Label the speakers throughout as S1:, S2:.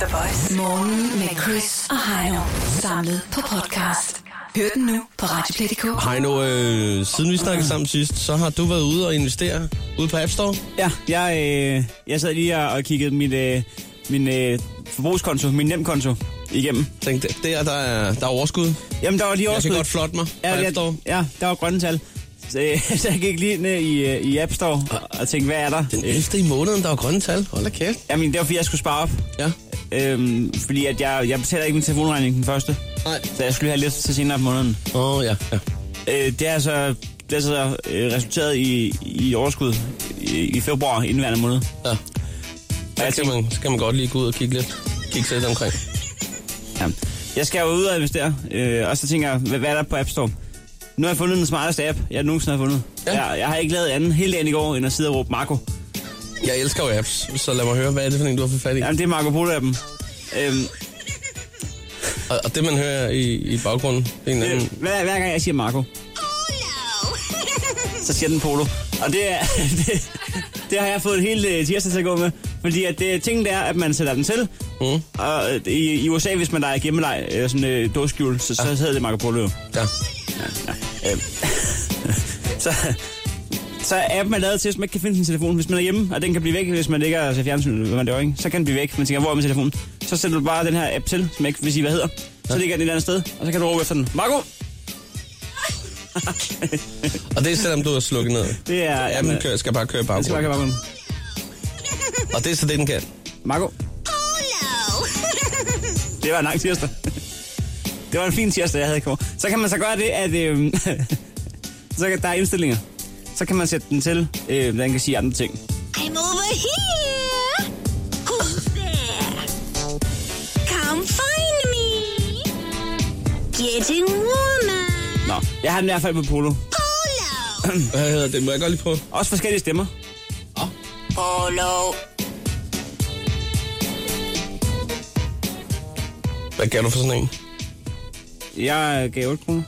S1: The Voice. Morgen med Chris og Heino. Samlet på podcast. Hør den nu på Radioplay.dk.
S2: Heino, øh, siden vi snakkede
S3: Mm.
S2: sammen sidst, så har du været ude og investere ude på App Store.
S3: Ja, jeg, øh, jeg sad lige og og kiggede mit, øh, min øh, forbrugskonto, min nemkonto igennem.
S2: Tænk, der, der, der, er, der er overskud. Jeg
S3: Jamen, der var lige
S2: kan
S3: overskud.
S2: godt flotte mig på
S3: ja,
S2: App
S3: ja,
S2: Store.
S3: ja, der var grønne tal. Så, øh, så jeg gik lige ned i, øh, i App Store og- og tænkte, hvad er der?
S2: Ah. Den
S3: Øh,
S2: 11. i måneden, der er grønne tal. Hold da kæft.
S3: Jamen, det var fordi, jeg skulle spare op.
S2: Ja.
S3: Øhm, fordi at jeg, jeg betaler ikke min telefonregning den første.
S2: Nej.
S3: Så jeg skulle lige have lidt til senere på måneden.
S2: Åh, oh, ja, ja.
S3: Øh, det har så, det har så øh, resulteret i, i overskud i, i februar indværende måned.
S2: ja.
S3: Og
S2: Der
S3: jeg
S2: skal
S3: tænkte,
S2: man, skal man godt lige gå ud og kigge lidt, kigge lidt omkring.
S3: ja, jeg skal jo ud og investere, øh, og så tænker jeg, hvad, hvad er der på App Store? Nu har jeg fundet den smarteste app, jeg nogensinde har fundet.
S2: Ja.
S3: Ja. Jeg, jeg har ikke lavet andet hele dagen i går, end at sidde og råbe Marco.
S2: Jeg elsker jo apps, så lad mig høre, hvad er det for en, du har fået fat i?
S3: Jamen, det er Marco Polo-appen. Øhm,
S2: Og, og det, man hører i, i baggrunden, det er en anden...
S3: øh, hver, hver gang jeg siger Marco, så siger den Polo. Og det, er, det, det har jeg fået hele øh, tirsdag til at gå med. Fordi at det, tingen det er, at man sætter den til,
S2: Mm,
S3: Og øh, i, i USA, hvis man leger gemmeleg, eller sådan øh, dåskjul, så, så hedder det Marco Polo. jo.
S2: ja.
S3: Så, så appen er lavet til, hvis man ikke kan finde sin telefon. Hvis man er hjemme, og den kan blive væk, hvis man ligger og ser fjernsyn, eller hvad man laver, ikke? så kan den blive væk. Man tænker, hvor er min telefon? Så sætter du bare den her app til, som jeg ikke vil sige, hvad hedder. Så ligger den et eller andet sted, og så kan du råbe efter den. Marco!
S2: Og det er selvom du er slukket ned.
S3: Det er...
S2: Appen kører, skal bare køre i
S3: den skal bare
S2: baggrunden.
S3: køre baggrunden.
S4: Oh,
S2: Og det er så det, den kan.
S3: Marco! Det var en lang tirsdag. Det var en fin tirsdag, jeg havde i går. Så kan man så gøre det, at øh, så kan, der er indstillinger. Så kan man sætte den til, øh, hvordan den kan sige andre ting.
S4: I'm over here. Who's there? Come find me. Getting warmer.
S3: Nå, jeg har den i hvert fald på polo.
S4: Polo.
S2: Hvad hedder det? Må jeg godt lige prøve?
S3: Også forskellige stemmer.
S4: Polo.
S2: Hvad gav du for sådan en?
S3: Jeg gav 8 kroner.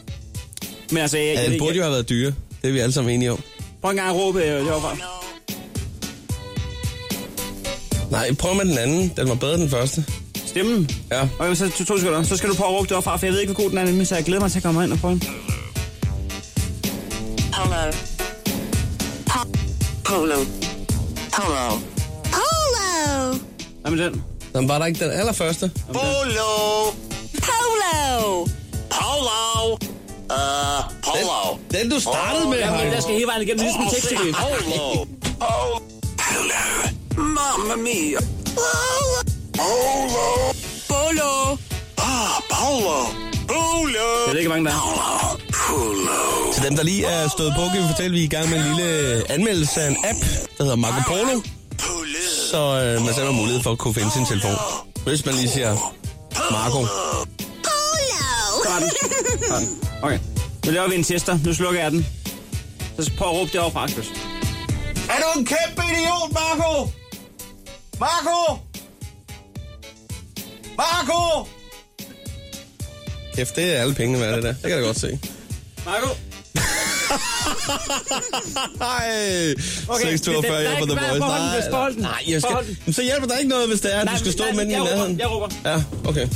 S3: Men altså, jeg,
S2: Ja,
S3: jeg,
S2: den burde jo have været dyre. Det er vi alle sammen enige om.
S3: prøv en gang at råbe øh, derovre.
S2: Nej, prøv med den anden. Den var bedre end den første.
S3: Stemmen.
S2: Ja.
S3: Og så to, to sekunder. Så skal du prøve at råbe derovre, for jeg ved ikke, hvor god den er, nemlig, så jeg glæder mig til at komme ind og prøve den.
S5: Hello. Po- Polo. Polo.
S4: Polo.
S3: Hvad med den?
S2: Den var der ikke den allerførste.
S5: Polo.
S4: Polo.
S5: Polo. Uh, Polo.
S2: Den, du startede med,
S3: Jamen,
S2: Heino.
S3: jeg skal hele vejen igennem, ligesom en tekst
S5: Polo. Polo. Hello. Mamma mia. Polo. Polo.
S4: Polo.
S5: Ah, Polo.
S3: Jeg
S5: Polo.
S3: ved ikke, hvor mange der er.
S5: Polo. Polo.
S2: Til dem, der lige er stået på, kan vi fortælle, at vi er i gang med en lille anmeldelse af en app, der hedder Marco Polo.
S5: Polo.
S2: Så øh, man selv har mulighed for at kunne finde sin telefon. Hvis man lige siger Marco.
S4: Polo.
S3: Der var den. Der var den. Okay. Nu laver vi en tester. Nu slukker jeg den. Så prøv at råbe derovre fra Chris.
S5: Er du en kæmpe idiot, Marco? Marco! Marco!
S2: Kæft, det er alle pengene værd, det der. Det kan jeg da godt se.
S3: Marco!
S2: Nej,
S3: Okay,
S2: 642
S3: det-
S2: hjælper
S3: det-
S2: The
S3: nej,
S2: Voice.
S3: behold den, behold den.
S2: nej, jeg skal...
S3: Behold den.
S2: Jamen, Så hjælper der ikke noget, hvis det er, at
S3: Nej,
S2: du skal
S3: men-
S2: stå
S3: nej,
S2: med den i
S3: jeg råber,
S2: nærheden.
S3: jeg råber.
S2: Ja, okay.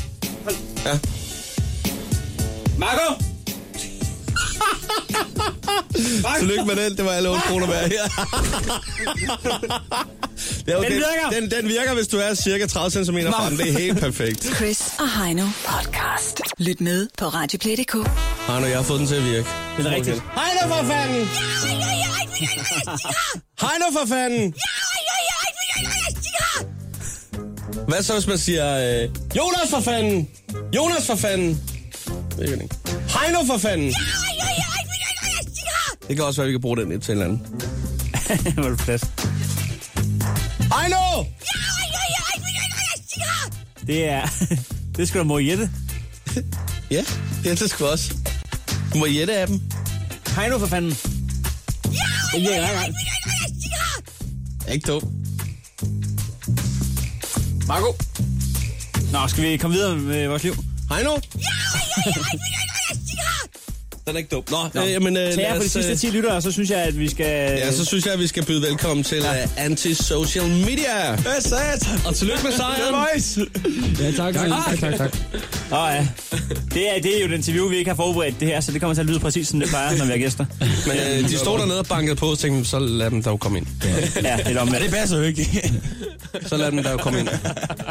S3: Hold.
S2: Ja.
S3: Marco! Marco!
S2: Tillykke med den, det var alle 8 kroner værd her. Det er jo
S3: Den virker.
S2: Den, den virker, hvis du er cirka 30 cm frem. Det er helt perfekt.
S1: Chris og Heino podcast. Lyt med på Radioplay.dk.
S2: Arno, jeg har fået den til at virke.
S3: Det er rigtigt.
S2: Hej nu for fanden! Hej nu for fanden! Hvad så, hvis man siger, øh, Jonas for fanden! Jonas for fanden! Det er ikke Hej nu for fanden! Det kan også være, vi kan bruge den til en eller anden.
S3: Hvor er det plads.
S2: Hej nu!
S3: Det er... det skal du mor Jette.
S2: Ja, det er det sgu også. Du må jette af dem.
S3: Hej nu for fanden. Det virker ikke engang.
S2: Ikke dum.
S3: Marco! Nå, skal vi komme videre med vores liv?
S2: Hej nu! Den er ikke dum. Nå, øh, jamen, øh,
S3: Tag
S2: lad
S3: jer på de
S2: os,
S3: sidste
S2: øh,
S3: 10 lyttere, og så synes jeg, at vi skal...
S2: Ja, så synes jeg, at vi skal byde velkommen til ja. uh, Antisocial Media.
S5: Hvad sagde jeg?
S2: Og tillykke med sejren. Øh,
S6: Ja, tak. Tak, tak, tak. tak.
S3: Åh, ja. Det er, det er jo et interview, vi ikke har forberedt det her, så det kommer til at lyde præcis, som det plejer, når vi har gæster.
S2: Men øh, de stod dernede og bankede på, og tænkte, så lad dem dog komme ind.
S3: Ja, det er omvendt.
S5: passer jo ikke.
S2: Så lad dem dog komme ind.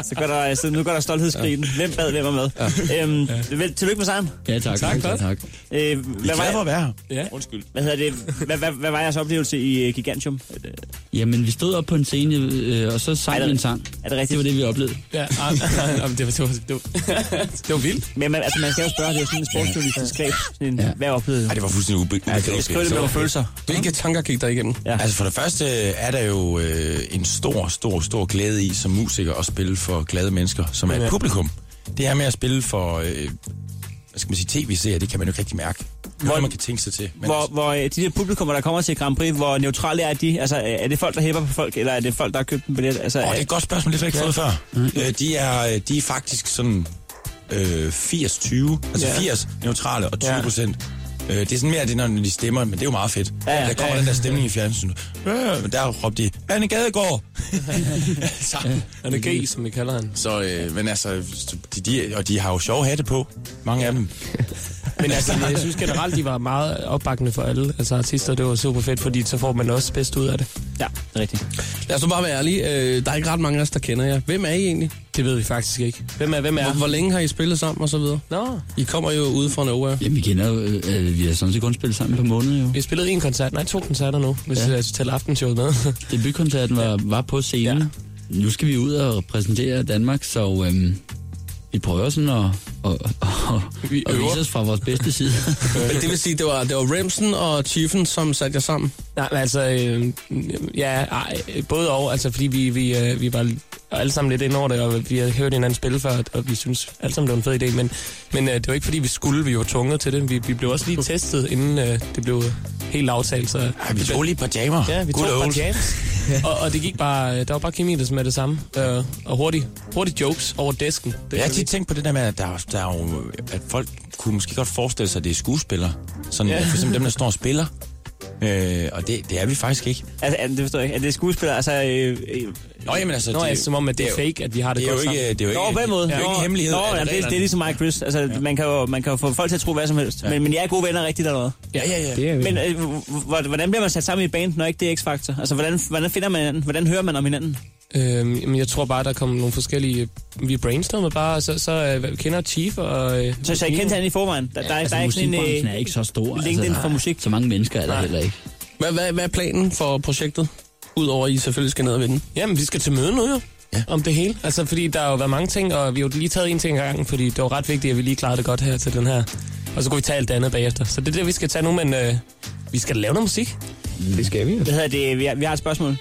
S3: Så går der, så nu går der stolthedskrigen. Hvem bad, hvem var med? Ja. Øhm, vel, tillykke med sejren.
S6: Ja, tak. Tak, tak. tak.
S3: Øh, hvad,
S5: Glad for
S3: var,
S5: at være her.
S3: hvad, hedder det? Hvad, hvad, hvad var jeres oplevelse i øh, Gigantium? Øh,
S6: Jamen, vi stod op på en scene, øh, og så sang
S3: Ej,
S6: vi
S3: der-
S6: en sang.
S3: Er det rigtigt?
S6: Det var det, vi oplevede.
S7: Ja, ah, nej, nej, men det var, det var, det var, det var vildt.
S3: Men man, altså, man skal jo spørge, det er jo sådan en sportsjournalistisk greb. Sådan en, ja. Hvad oplevede
S5: Ej, det var fuldstændig ubegribeligt. Ja,
S3: det- skriv det med nogle følelser.
S2: Hvilke tanker gik der igennem?
S3: Ja.
S5: Altså for det første er der jo øh, en stor, stor, stor glæde i som musiker at spille for glade mennesker, som er et publikum. Det her med at spille for, øh, hvad skal man sige, tv-serier, det kan man jo ikke rigtig mærke. Hvor man kan tænke sig til. Men
S3: Hvor, hvor øh, de der publikummer, der kommer til Grand Prix, hvor neutrale er de? Altså, øh, er det folk, der hæpper på folk, eller er det folk, der har købt en billet? Altså,
S5: Åh, det er et godt spørgsmål, det har jeg ikke fået før.
S3: Mm.
S5: Øh, de, er, øh, de er faktisk sådan øh, 80-20, altså
S3: Ja.
S5: 80 neutrale og 20
S3: Ja.
S5: procent. Øh, det er sådan mere det, når de stemmer, men det er jo meget fedt.
S3: Ja, ja.
S5: Der kommer
S3: Ja,
S5: den der stemning i fjernsynet. Øh, men der råbte de, Anne Gadegaard! altså,
S7: Han er gay, som vi kalder han.
S5: så, øh, men altså, de, de, og de har jo sjove hatte på, mange af dem.
S7: Men altså, jeg synes generelt, de var meget opbakkende for alle. Altså artister, det var super fedt, fordi så får man også bedst ud af det.
S3: ja, det er rigtigt.
S2: Lad os nu bare være ærlige. Øh, der er ikke ret mange af os, der kender jer. Hvem er I egentlig?
S7: Det ved vi faktisk ikke. Hvem er, hvem er?
S2: Hvor, hvor længe har I spillet sammen og så videre?
S7: Nå,
S2: I kommer jo ude fra Nowhere.
S6: Jamen, vi kender jo, øh, øh, vi har sådan set kun spillet sammen på måned jo.
S7: vi har spillet en koncert, nej to koncerter nu, hvis
S6: Ja.
S7: ja. jeg tæller aftenshowet med.
S6: Debutkoncerten var, var på scenen. Nu skal vi ud og præsentere Danmark, så øhm, vi prøver sådan at, at, at,
S2: Vi
S6: at
S2: øver.
S6: vise os fra vores bedste side.
S2: Men det vil sige, det var, det var øh, Remsen og Chiffen, som satte jer sammen.
S7: nej, men altså, øh, ja, ej, både og, altså fordi vi, vi, øh, vi var alle sammen lidt ind over det, og vi havde hørt hinanden spille før, og vi synes alle sammen, det var en fed idé, men, men øh, det var ikke fordi, vi skulle, vi var tvunget til det. Vi, vi blev også lige testet, inden øh, det blev helt aftalt, så
S5: Ej, vi tog lige et par jammer.
S7: Ja, vi
S5: Good
S7: tog bare
S5: old.
S7: jams. og, og det gik bare, der var bare kemi, der som er det samme. Øh, og hurtigt, hurtigt jokes over disken. Det
S5: Jeg har
S7: kan vi-
S5: tit tænkt på det der med, at, der, er- der er jo, at folk kunne måske godt forestille sig, at det er skuespillere. Sådan,
S7: Ja.
S5: ja. For eksempel dem, der står og spiller. Øh, og det, det er vi faktisk ikke.
S3: Altså, er det forstår jeg ikke. Er det skuespillere? Altså, øh, øh,
S5: Nå, jamen altså,
S7: Nå, det,
S5: det,
S7: ja, som om, at det,
S5: det
S7: er
S5: er jo-
S7: fake, at vi har det,
S5: det er jo
S7: godt
S5: ikke,
S7: sammen.
S5: det er jo
S3: Nå, på
S5: ikke,
S3: den måde.
S5: det er jo
S3: Nå.
S5: ikke en hemmelighed.
S3: Nå,
S5: at
S3: jamen, det, det, er ligesom mig og Chris. Altså, ja. man, kan jo, man kan jo få folk til at tro hvad som helst. Ja. Men, men jeg er gode venner rigtig dernede.
S5: Ja, ja, ja.
S7: Det er vi.
S3: Men øh, h- h- hvordan bliver man sat sammen i et band, når ikke det er X-Factor? Altså, hvordan, hvordan finder man hinanden? Hvordan hører man om hinanden?
S7: Øhm, jamen, jeg tror bare, der kom nogle forskellige... Vi brainstormede bare, og så, så øh, kender Chief og... Øh,
S3: Så, så jeg
S7: Nino.
S3: kendte hinanden i forvejen. Der, der, der,
S6: altså,
S3: der er ikke sådan en...
S6: musikbranchen
S3: øh,
S6: er ikke så stor.
S7: altså.
S6: altså,
S3: LinkedIn for musik.
S6: Så mange mennesker er der
S7: Nej.
S6: heller ikke.
S2: Hvad, hvad, hvad er planen for projektet? Udover at I selvfølgelig skal ned og vinde.
S7: Jamen, vi skal til møde nu jo. Ja. Om det hele. Altså, fordi der har jo været mange ting, og vi har jo lige taget en ting ad gangen, fordi det var ret vigtigt, at vi lige klarede det godt her til den her. Og så kunne vi tage alt det andet bagefter. Så det er det, vi skal tage nu, men øh, vi skal lave noget musik.
S6: Mm. Det skal vi.
S3: Hvad hedder det? Vi har, vi har et spørgsmål,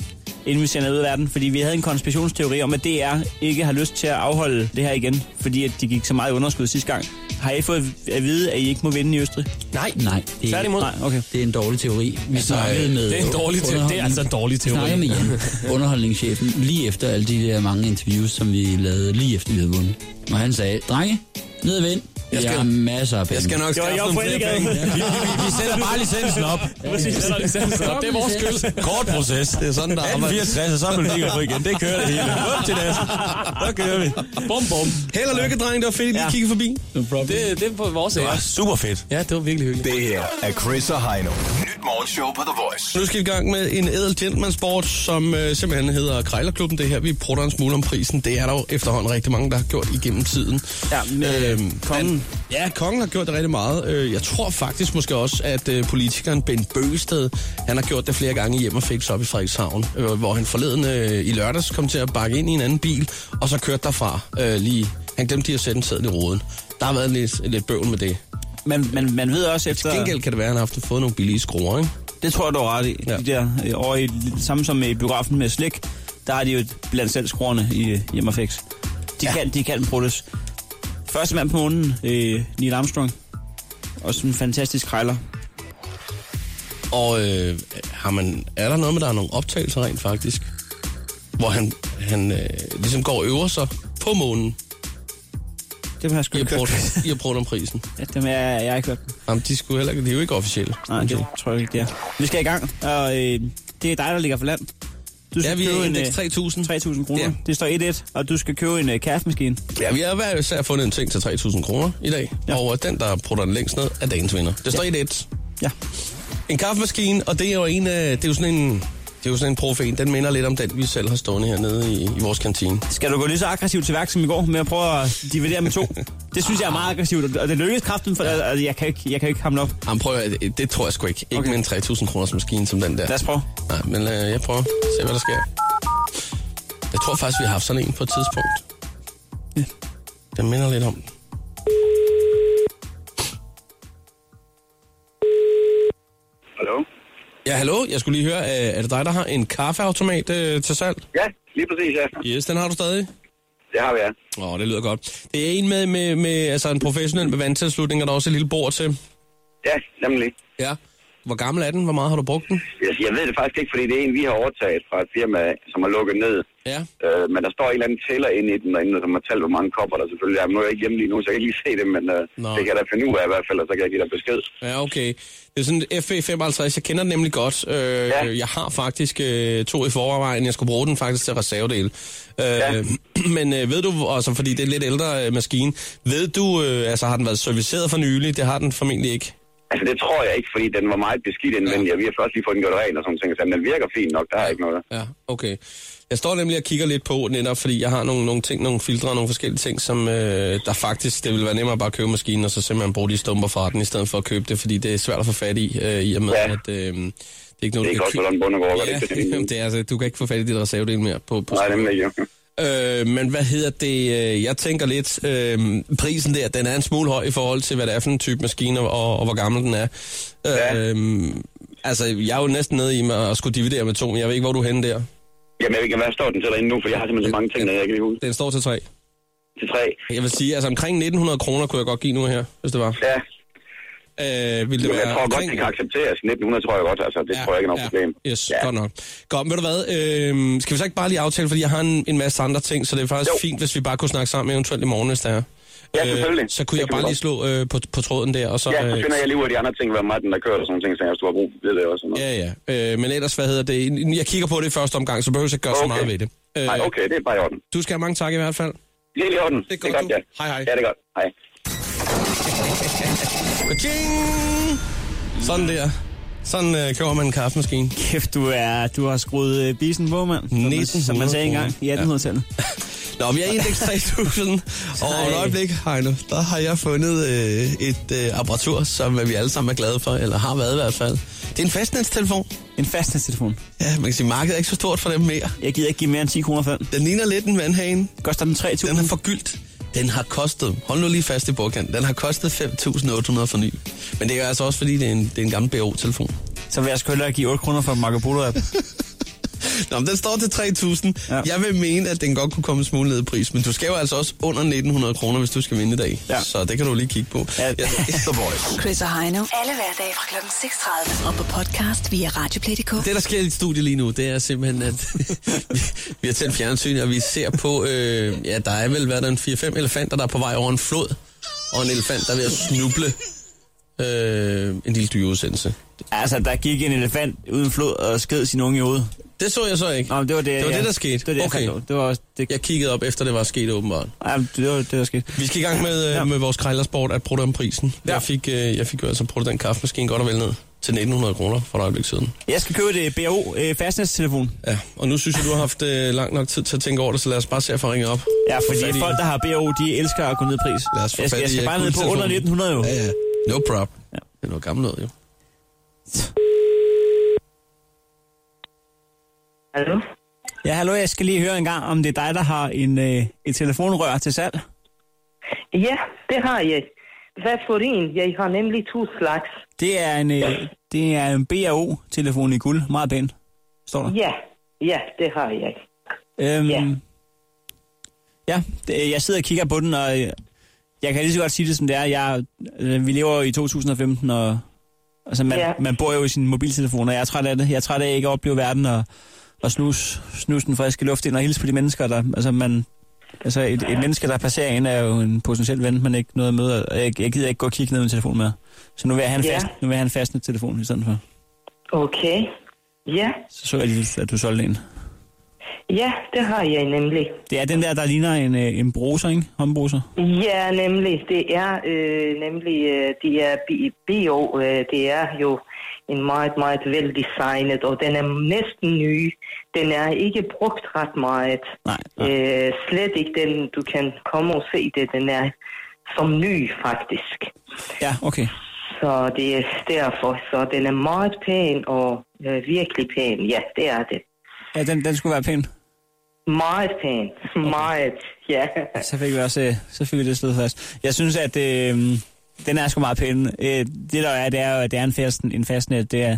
S3: inden vi sender ud af verden. Fordi vi havde en konspirationsteori om, at DR ikke har lyst til at afholde det her igen. Fordi at de gik så meget i underskud sidste gang. Har I fået at vide, at I ikke må vinde i Østrig?
S7: Nej,
S6: Nej, det er,
S7: Tværtimod.
S3: Nej, okay.
S6: det er en dårlig teori. Vi altså, snakkede med
S7: det er en dårlig teori. Det er altså en dårlig
S6: Vi
S7: teori.
S6: snakkede med Jan, underholdningschefen, lige efter alle de der mange interviews, som vi lavede lige efter vi havde vundet. Og han sagde, drenge, ned og vind. Jeg,
S2: skal-
S6: jeg har masser af penge.
S2: Jeg skal nok skaffe
S3: jeg er
S2: nogle
S3: på
S2: flere
S3: Ellingade.
S2: penge.
S5: Vi sætter bare licensen op.
S7: Præcis, så er det sandt. Så Det er vores skyld.
S5: Kort proces. Det
S2: er sådan, der arbejder.
S5: 64, og så er man ligger på igen. Det kører det hele. Upp til næsten. Så kører vi.
S7: Bum, bum.
S2: Held og lykke, dreng. Det var fedt, at I lige kiggede forbi.
S7: Det, det er på vores
S5: Det var
S7: ære.
S5: super fedt.
S7: Ja, det var virkelig hyggeligt.
S8: Det her er Chris og Heino. Nyt morgenshow på The Voice.
S2: Nu skal vi i gang med en ædel gentleman sport, som øh, simpelthen hedder Krejlerklubben. Det er her, vi prutter en smule om prisen. Det er der jo efterhånden rigtig mange, der har gjort igennem tiden.
S3: Ja, men, øh, kongen.
S2: men- ja, kongen har gjort det rigtig meget. Øh, Jeg tror faktisk måske også, at øh, politikeren Ben Bøgested, han har gjort det flere gange i hjem og fix op i Frederikshavn, øh, hvor han forleden øh, i lørdags kom til at bakke ind i en anden bil, og så kørte derfra øh, lige. Han glemte lige at sætte en sædel i roden. Der har været lidt, lidt bøvl med det.
S3: Man, man, man ved også
S2: Til
S3: efter...
S2: gengæld kan det være, at han har haft fået nogle billige skruer, ikke?
S3: Det tror jeg, du har ret i.
S2: Ja.
S3: Ja. De der, øh, over i, samme som i biografen med slik, der har de jo blandt selv skruerne i øh, hjem og fix. De, ja. kan, de kan bruttes. Første mand på månen, øh, Neil Armstrong. Også en fantastisk krejler.
S2: Og øh, har man, er der noget med, der er nogle optagelser rent faktisk? Hvor han, han øh, ligesom går og øver sig på månen.
S3: det har jeg sgu
S2: I har
S3: ikke hørt.
S2: brugt, I har brugt om prisen.
S3: Ja, dem er, jeg har ikke hørt. dem.
S2: Jamen, de, skulle heller, ikke- de er jo ikke officielle.
S3: Nej, det tror jeg ikke, det er. Vi skal i gang, og øh, det er dig, der ligger for land. Du
S2: Ja,
S3: skal
S2: vi er
S3: købe en,
S2: indeks
S3: øh,
S2: 3000.
S3: 3.000 kroner.
S2: Ja.
S3: Det står 1-1, og du skal købe en uh, kaffemaskine.
S2: Ja, vi har hver især fundet en ting til 3.000 kroner i dag, ja.
S3: Ja.
S2: og øh, den, der putter den længst ned, er dagens vinder. Det står ja. 1
S3: Ja.
S2: En kaffemaskine, og det er jo en af, det er jo sådan en, det er jo sådan en profil. Den minder lidt om den, vi selv har stående hernede i, i vores kantine.
S3: Skal du gå lige så aggressivt til værk som i går med at prøve at dividere med to? Det synes jeg er meget aggressivt, og det lykkes kraften, for altså, jeg, kan jo ikke, jeg kan jo ikke hamle op.
S2: Jamen prøv at, høre, det tror jeg sgu ikke. Ikke okay.
S3: Okay.
S2: med en 3.000 kroners maskine som den der.
S3: Lad os prøve.
S2: Nej, men øh, jeg prøver. Se, hvad der sker. Jeg tror faktisk, vi har haft sådan en på et tidspunkt. Ja. Den minder lidt om den.
S9: Hallo?
S2: Ja, hallo. Jeg skulle lige høre, øh, er det dig, der har en kaffeautomat øh, til salg?
S9: Ja, lige præcis, ja.
S2: Yes, den har du stadig.
S9: Det har vi, ja.
S2: Åh, oh, det lyder godt. Det er en med, med, med altså en professionel med vandtilslutning, og der er også et lille bord til.
S9: Ja, nemlig.
S2: Ja. Hvor gammel er den? Hvor meget har du brugt den?
S9: Jeg, jeg ved det faktisk ikke, fordi det er en, vi har overtaget fra et firma, som har lukket ned.
S2: Ja.
S9: Øh, men der står en eller anden tæller inde i den, derinde, som har talt, hvor mange kopper der selvfølgelig er. Men nu er jeg ikke hjemme lige nu, så jeg kan ikke lige se det, men øh,
S2: Nå.
S9: det kan jeg da finde ud af i hvert fald, og så kan jeg give dig besked.
S2: Ja, okay. Det er sådan et FE55, jeg kender den nemlig godt. Øh, ja.
S9: Ja.
S2: Jeg har faktisk øh, to i forvejen, jeg skulle bruge den faktisk til reservedel. Øh, ja.
S9: Ja.
S2: Men øh, ved du, altså fordi det er en lidt ældre øh, maskine, ved du, øh, altså har den været serviceret for nylig? Det har den formentlig ikke.
S9: Altså, det tror jeg ikke, fordi den var meget beskidt indvendig, og vi har først lige fået den gjort ren og sådan ting, så den virker fint nok, der er ikke noget.
S2: Ja, okay. Jeg står nemlig og kigger lidt på netop, fordi jeg har nogle, nogle ting, nogle filtre og nogle forskellige ting, som øh, der faktisk, det ville være nemmere bare at købe maskinen, og så simpelthen bruge de stumper fra den, i stedet for at købe det, fordi det er svært at få fat i, øh, i og med,
S9: Ja.
S2: at øh, det er ikke noget,
S9: Det er
S2: du
S9: godt,
S2: kan
S9: hvordan Bundegård gør det ikke,
S2: Ja, det er, altså, du kan ikke få fat i dit reservedel mere på, på
S9: Nej, nemlig jo.
S2: Øh, men hvad hedder det? øh, Jeg tænker lidt, øh, prisen der, den er en smule høj i forhold til, hvad det er for en type maskine, og, og hvor gammel den er.
S9: Ja.
S2: Øh, altså, jeg er jo næsten nede i mig at skulle dividere med to, men jeg ved ikke, hvor du er henne der.
S9: Jamen, jeg ved ikke, hvad står den til derinde nu, for jeg har simpelthen så mange ting, der jeg ikke lige huske.
S2: Den står til tre.
S9: Til tre.
S2: Jeg vil sige, altså omkring 1900 kroner kunne jeg godt give nu her, hvis det var.
S9: Ja,
S2: Øh, ville det
S9: men jeg
S2: være
S9: tror godt,
S2: omkring-
S9: det kan accepteres. 1900 tror jeg godt, altså, det tror jeg ikke er noget problem.
S2: Yes, ja.
S9: Ja.
S2: godt nok. Godt, ved du hvad, øh, skal vi så ikke bare lige aftale, fordi jeg har en, en masse andre ting, så det er faktisk jo.
S9: Jo.
S2: fint, hvis vi bare kunne snakke sammen eventuelt i morgen, hvis der er.
S9: Ja, selvfølgelig.
S2: Øh, så kunne
S9: Det
S2: jeg
S9: kan vi
S2: bare lige slå øh, på, på tråden der, og så...
S9: Ja, så
S2: øh,
S9: finder jeg lige ud af de andre ting, hvad matten der kører og sådan nogle ting, så jeg du har brug ved det også. Ja.
S2: Ja, ja. Øh, men ellers, hvad hedder det? Jeg kigger på det i første omgang, så behøver jeg ikke gøre okay. så
S9: Okay.
S2: meget ved det. Øh,
S9: Nej, okay, det er bare i orden.
S2: Du skal have mange tak i hvert fald.
S9: Helt i orden.
S2: Det er godt, du.
S9: ja.
S2: Hej, hej.
S9: Ja, det er godt. Hej.
S2: Ka-ching! Sådan der. Sådan øh, køber man en kaffemaskine.
S3: Kæft, du, er, du har skruet øh, bisen på, mand. Som man-
S2: 1900
S3: Som man sagde
S2: kroner.
S3: engang i 1800-tallet. Ja.
S2: Nå, vi er i indeks 3000, og om et
S3: Ej.
S2: øjeblik, Heino, der har jeg fundet øh, et øh, apparatur, som øh, vi alle sammen er glade for, eller har været i hvert fald. Det er en fastnetstelefon.
S3: En fastnætstelefon.
S2: Ja, man kan sige, markedet er ikke så stort for dem mere.
S3: Jeg gider ikke give mere end 10 kroner for den.
S2: Den ligner lidt en vandhane.
S3: Koster den
S2: Den har
S3: 3.000?
S2: forgyldt. Den har kostet, hold nu lige fast i bordkanten, den har kostet 5.800 for ny. Men det er altså også, fordi det er en, det er en gammel BO-telefon.
S3: Så vil jeg sgu hellere give 8 kroner for en Marco Polo-app.
S2: Nå, men den står til 3.000. Ja.
S3: Ja.
S2: Jeg vil mene, at den godt kunne komme en smule ned i pris, men du skal jo altså også under 1.900 kroner, hvis du skal vinde i dag.
S3: Ja.
S2: Så det kan du lige kigge på.
S3: Ja.
S2: The Voice.
S1: Chris og Heino. Alle hverdage fra kl. 6.30. Og på podcast via Radioplay.dk.
S2: Det, der sker i studiet lige nu, det er simpelthen, at vi, vi har tændt fjernsyn, og vi ser på, øh, ja, der er vel været der en 4-5 elefanter, der er på vej over en flod, og en elefant, der er ved at snuble øh, en lille dyreudsendelse.
S3: Altså, der gik en elefant uden flod og sked sin unge i hovedet.
S2: Det så jeg så ikke.
S3: Nå, men det var det,
S2: Det var
S3: jeg-
S2: det, der skete.
S3: Det var det, jeg
S2: Okay.
S3: fandt ud. det var også, det,
S2: Jeg kiggede op, efter det var sket åbenbart.
S3: ja, det, var, det var sket.
S2: Vi skal i gang med, øh,
S3: Ja.
S2: med vores krejlersport at prutte om prisen. Ja. Jeg fik, øh, jeg fik jo altså pruttet den kaffemaskine godt og vel ned til 1900 kroner for et øjeblik siden.
S3: Jeg skal købe det BAO øh, fastnætstelefon.
S2: Ja, og nu synes jeg, du har haft øh, lang nok tid til at tænke over det, så lad os bare se at få ringet op.
S3: Ja, fordi
S2: fat i
S3: folk,
S2: den.
S3: der har BAO, de elsker at gå ned i pris.
S2: Lad os få
S3: jeg, skal,
S2: fat
S3: jeg
S2: i,
S3: skal
S2: øh,
S3: bare ned på under
S2: guldtelefonen.
S3: 1900 jo.
S2: Ja, ja. No prop. Ja.
S3: Ja.
S2: Det er noget gammelt noget, jo.
S10: Hallo?
S3: Ja, hallo, jeg skal lige høre en gang, om det er dig, der har en, øh, et telefonrør til salg.
S10: Ja, det har jeg. Hvad for en? Jeg har nemlig to slags.
S3: Det er en, øh, det er en BAO-telefon i guld. Meget pæn, står der.
S10: Ja, ja, det har jeg.
S3: Øhm,
S10: Ja.
S3: Ja, det, jeg sidder og kigger på den, og øh, jeg kan lige så godt sige det, som det er. Jeg, øh, vi lever jo i 2015, og altså man,
S10: Ja.
S3: ja. man bor jo i sin mobiltelefon, og jeg er træt af det. Jeg er træt af ikke at opleve verden og, og snus, snus den friske luft ind og hilse på de mennesker, der, altså man, Altså, et, et menneske, der passerer ind, er jo en potentiel ven, man ikke noget at møde. og Jeg, jeg gider ikke gå og kigge ned i min telefon mere. Så nu vil jeg have en,
S10: Ja.
S3: fast, nu vil jeg have en fastnet telefon i stedet for.
S10: Okay. Ja,
S3: Så så jeg lige, at du solgte en.
S10: ja, det har jeg nemlig. Mm.
S3: Det er den der, der ligner en, øh, en bruser, ikke? Håndbruser.
S10: Ja, nemlig. Det er øh, nemlig øh, det er bi- bio. Øh, det er jo en meget, meget veldesignet, og den er næsten ny. Den er ikke brugt ret meget.
S3: Nej,
S10: nej. Øh, slet ikke den, du kan komme og se det. Den er som ny, faktisk.
S3: Ja, okay.
S10: Så det er derfor. Så den er meget pæn, og øh, virkelig pæn. Ja, det er det.
S3: Ja, den, den skulle være pæn.
S10: Meget pæn. Meget, ja.
S3: Så fik vi også øh, så fik vi det slået fast. Jeg synes, at øh, den er sgu meget pæn. Øh, det der er, det er jo, at det er en, fast, en fastnet. Det er,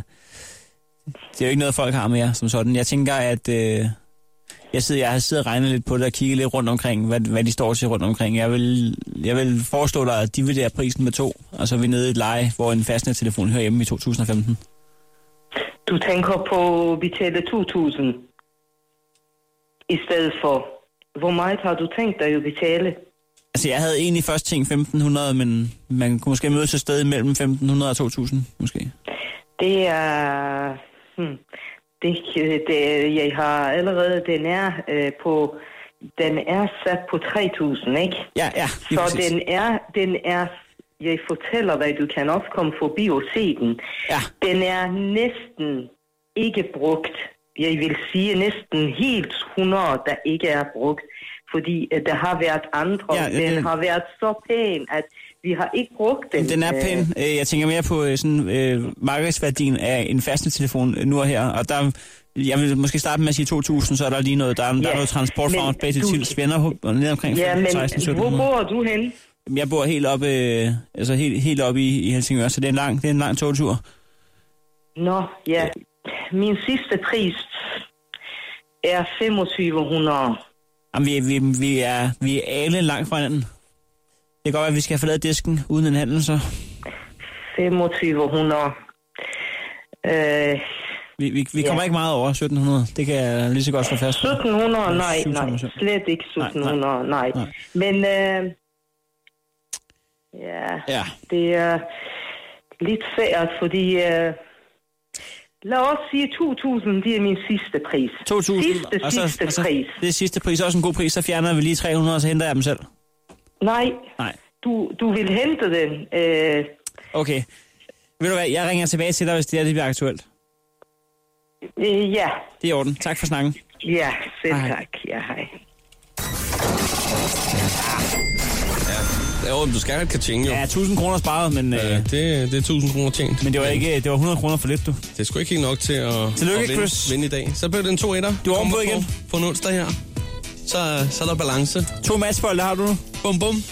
S3: det er jo ikke noget, folk har mere som sådan. Jeg tænker, at øh, jeg, sidder, jeg har siddet og regnet lidt på det og kigget lidt rundt omkring, hvad, hvad de står til rundt omkring. Jeg vil, jeg vil forestå dig, at de vil der prisen med to, og så er vi nede i et leje, hvor en fastnet-telefon hører hjemme i 2015.
S10: Du tænker på at betale 2.000 i stedet for. Hvor meget har du tænkt dig at betale?
S3: Altså, jeg havde egentlig først tænkt 1.500, men man kunne måske mødes et sted mellem 1.500 og 2.000, måske.
S10: Det er... Hmm, det, det, jeg har allerede... Den er øh, på... Den er sat på 3.000, ikke?
S3: Ja, ja.
S10: Så den er, den er... Jeg fortæller dig, du kan også komme forbi og se den.
S3: Ja.
S10: Den er næsten ikke brugt. Jeg vil sige næsten helt 100, der ikke er brugt. Fordi øh, der har været andre.
S3: Ja,
S10: Ja,
S3: ja,
S10: den
S3: den-
S10: har været så pæn, at vi har ikke brugt den.
S3: Den er pæn. Øh, Jeg tænker mere på øh, sådan, øh, markedsværdien af en fastnettelefon øh, nu og her. Og der, jeg vil måske starte med at sige 2.000, så er der lige noget, der, er, der
S10: Ja,
S3: er noget transport fra
S10: men
S3: Odsbæk til
S10: du-
S3: Tils Vennerhub, og ned omkring
S10: Ja, men
S3: 16
S10: hvor
S3: 1700
S10: bor du hen?
S3: Jeg bor helt oppe, øh, altså helt, helt oppe i, i Helsingør, så det er en lang, det er en lang togtur.
S10: Nå, ja. Min sidste pris er 2500.
S3: Jamen, vi, vi, vi, er, vi er alle langt fra hinanden. Det kan godt være, at vi skal have forladt disken uden en handel, så
S10: 2500. Øh,
S3: vi, vi, vi kommer
S10: Ja.
S3: ikke meget over 1700. Det kan jeg lige så godt slå fast.
S10: 1700, nej,
S3: Syv
S10: nej,
S3: tommer selv.
S10: slet ikke 1700, nej.
S3: Nej.
S10: Men øh, ja,
S3: Ja.
S10: det er lidt svært, fordi øh, lad os sige 2000, det er min sidste pris.
S3: 2.000.
S10: Sidste,
S3: og så,
S10: sidste
S3: og så,
S10: pris.
S3: Det er sidste pris, også en god pris. Så fjerner vi lige 300, og så henter jeg dem selv.
S10: Nej,
S3: Nej.
S10: du, du vil hente den. Øh,
S3: Okay. Ved du hvad, jeg ringer tilbage til dig, hvis det er det bliver aktuelt.
S10: øh, ja,
S3: Det er i orden. Tak for snakken.
S10: ja, selv
S3: Hej.
S10: tak. Ja, hej.
S2: Ja, jo, du skal have et kating, jo.
S3: Ja, 1000 kroner sparet, men, øh,
S2: Ja, det, det er 1000 kroner tjent.
S3: men det var ikke det var 100 kroner for lidt, du.
S2: Det er sgu ikke helt nok til at,
S3: Tillykke,
S2: at vinde,
S3: Chris.
S2: vinde i dag. Så blev det en 2 1
S3: Du er ovenpå igen.
S2: På en onsdag her. Så, så er der balance.
S3: To matchbold, der har du nu.
S2: Bum, bum.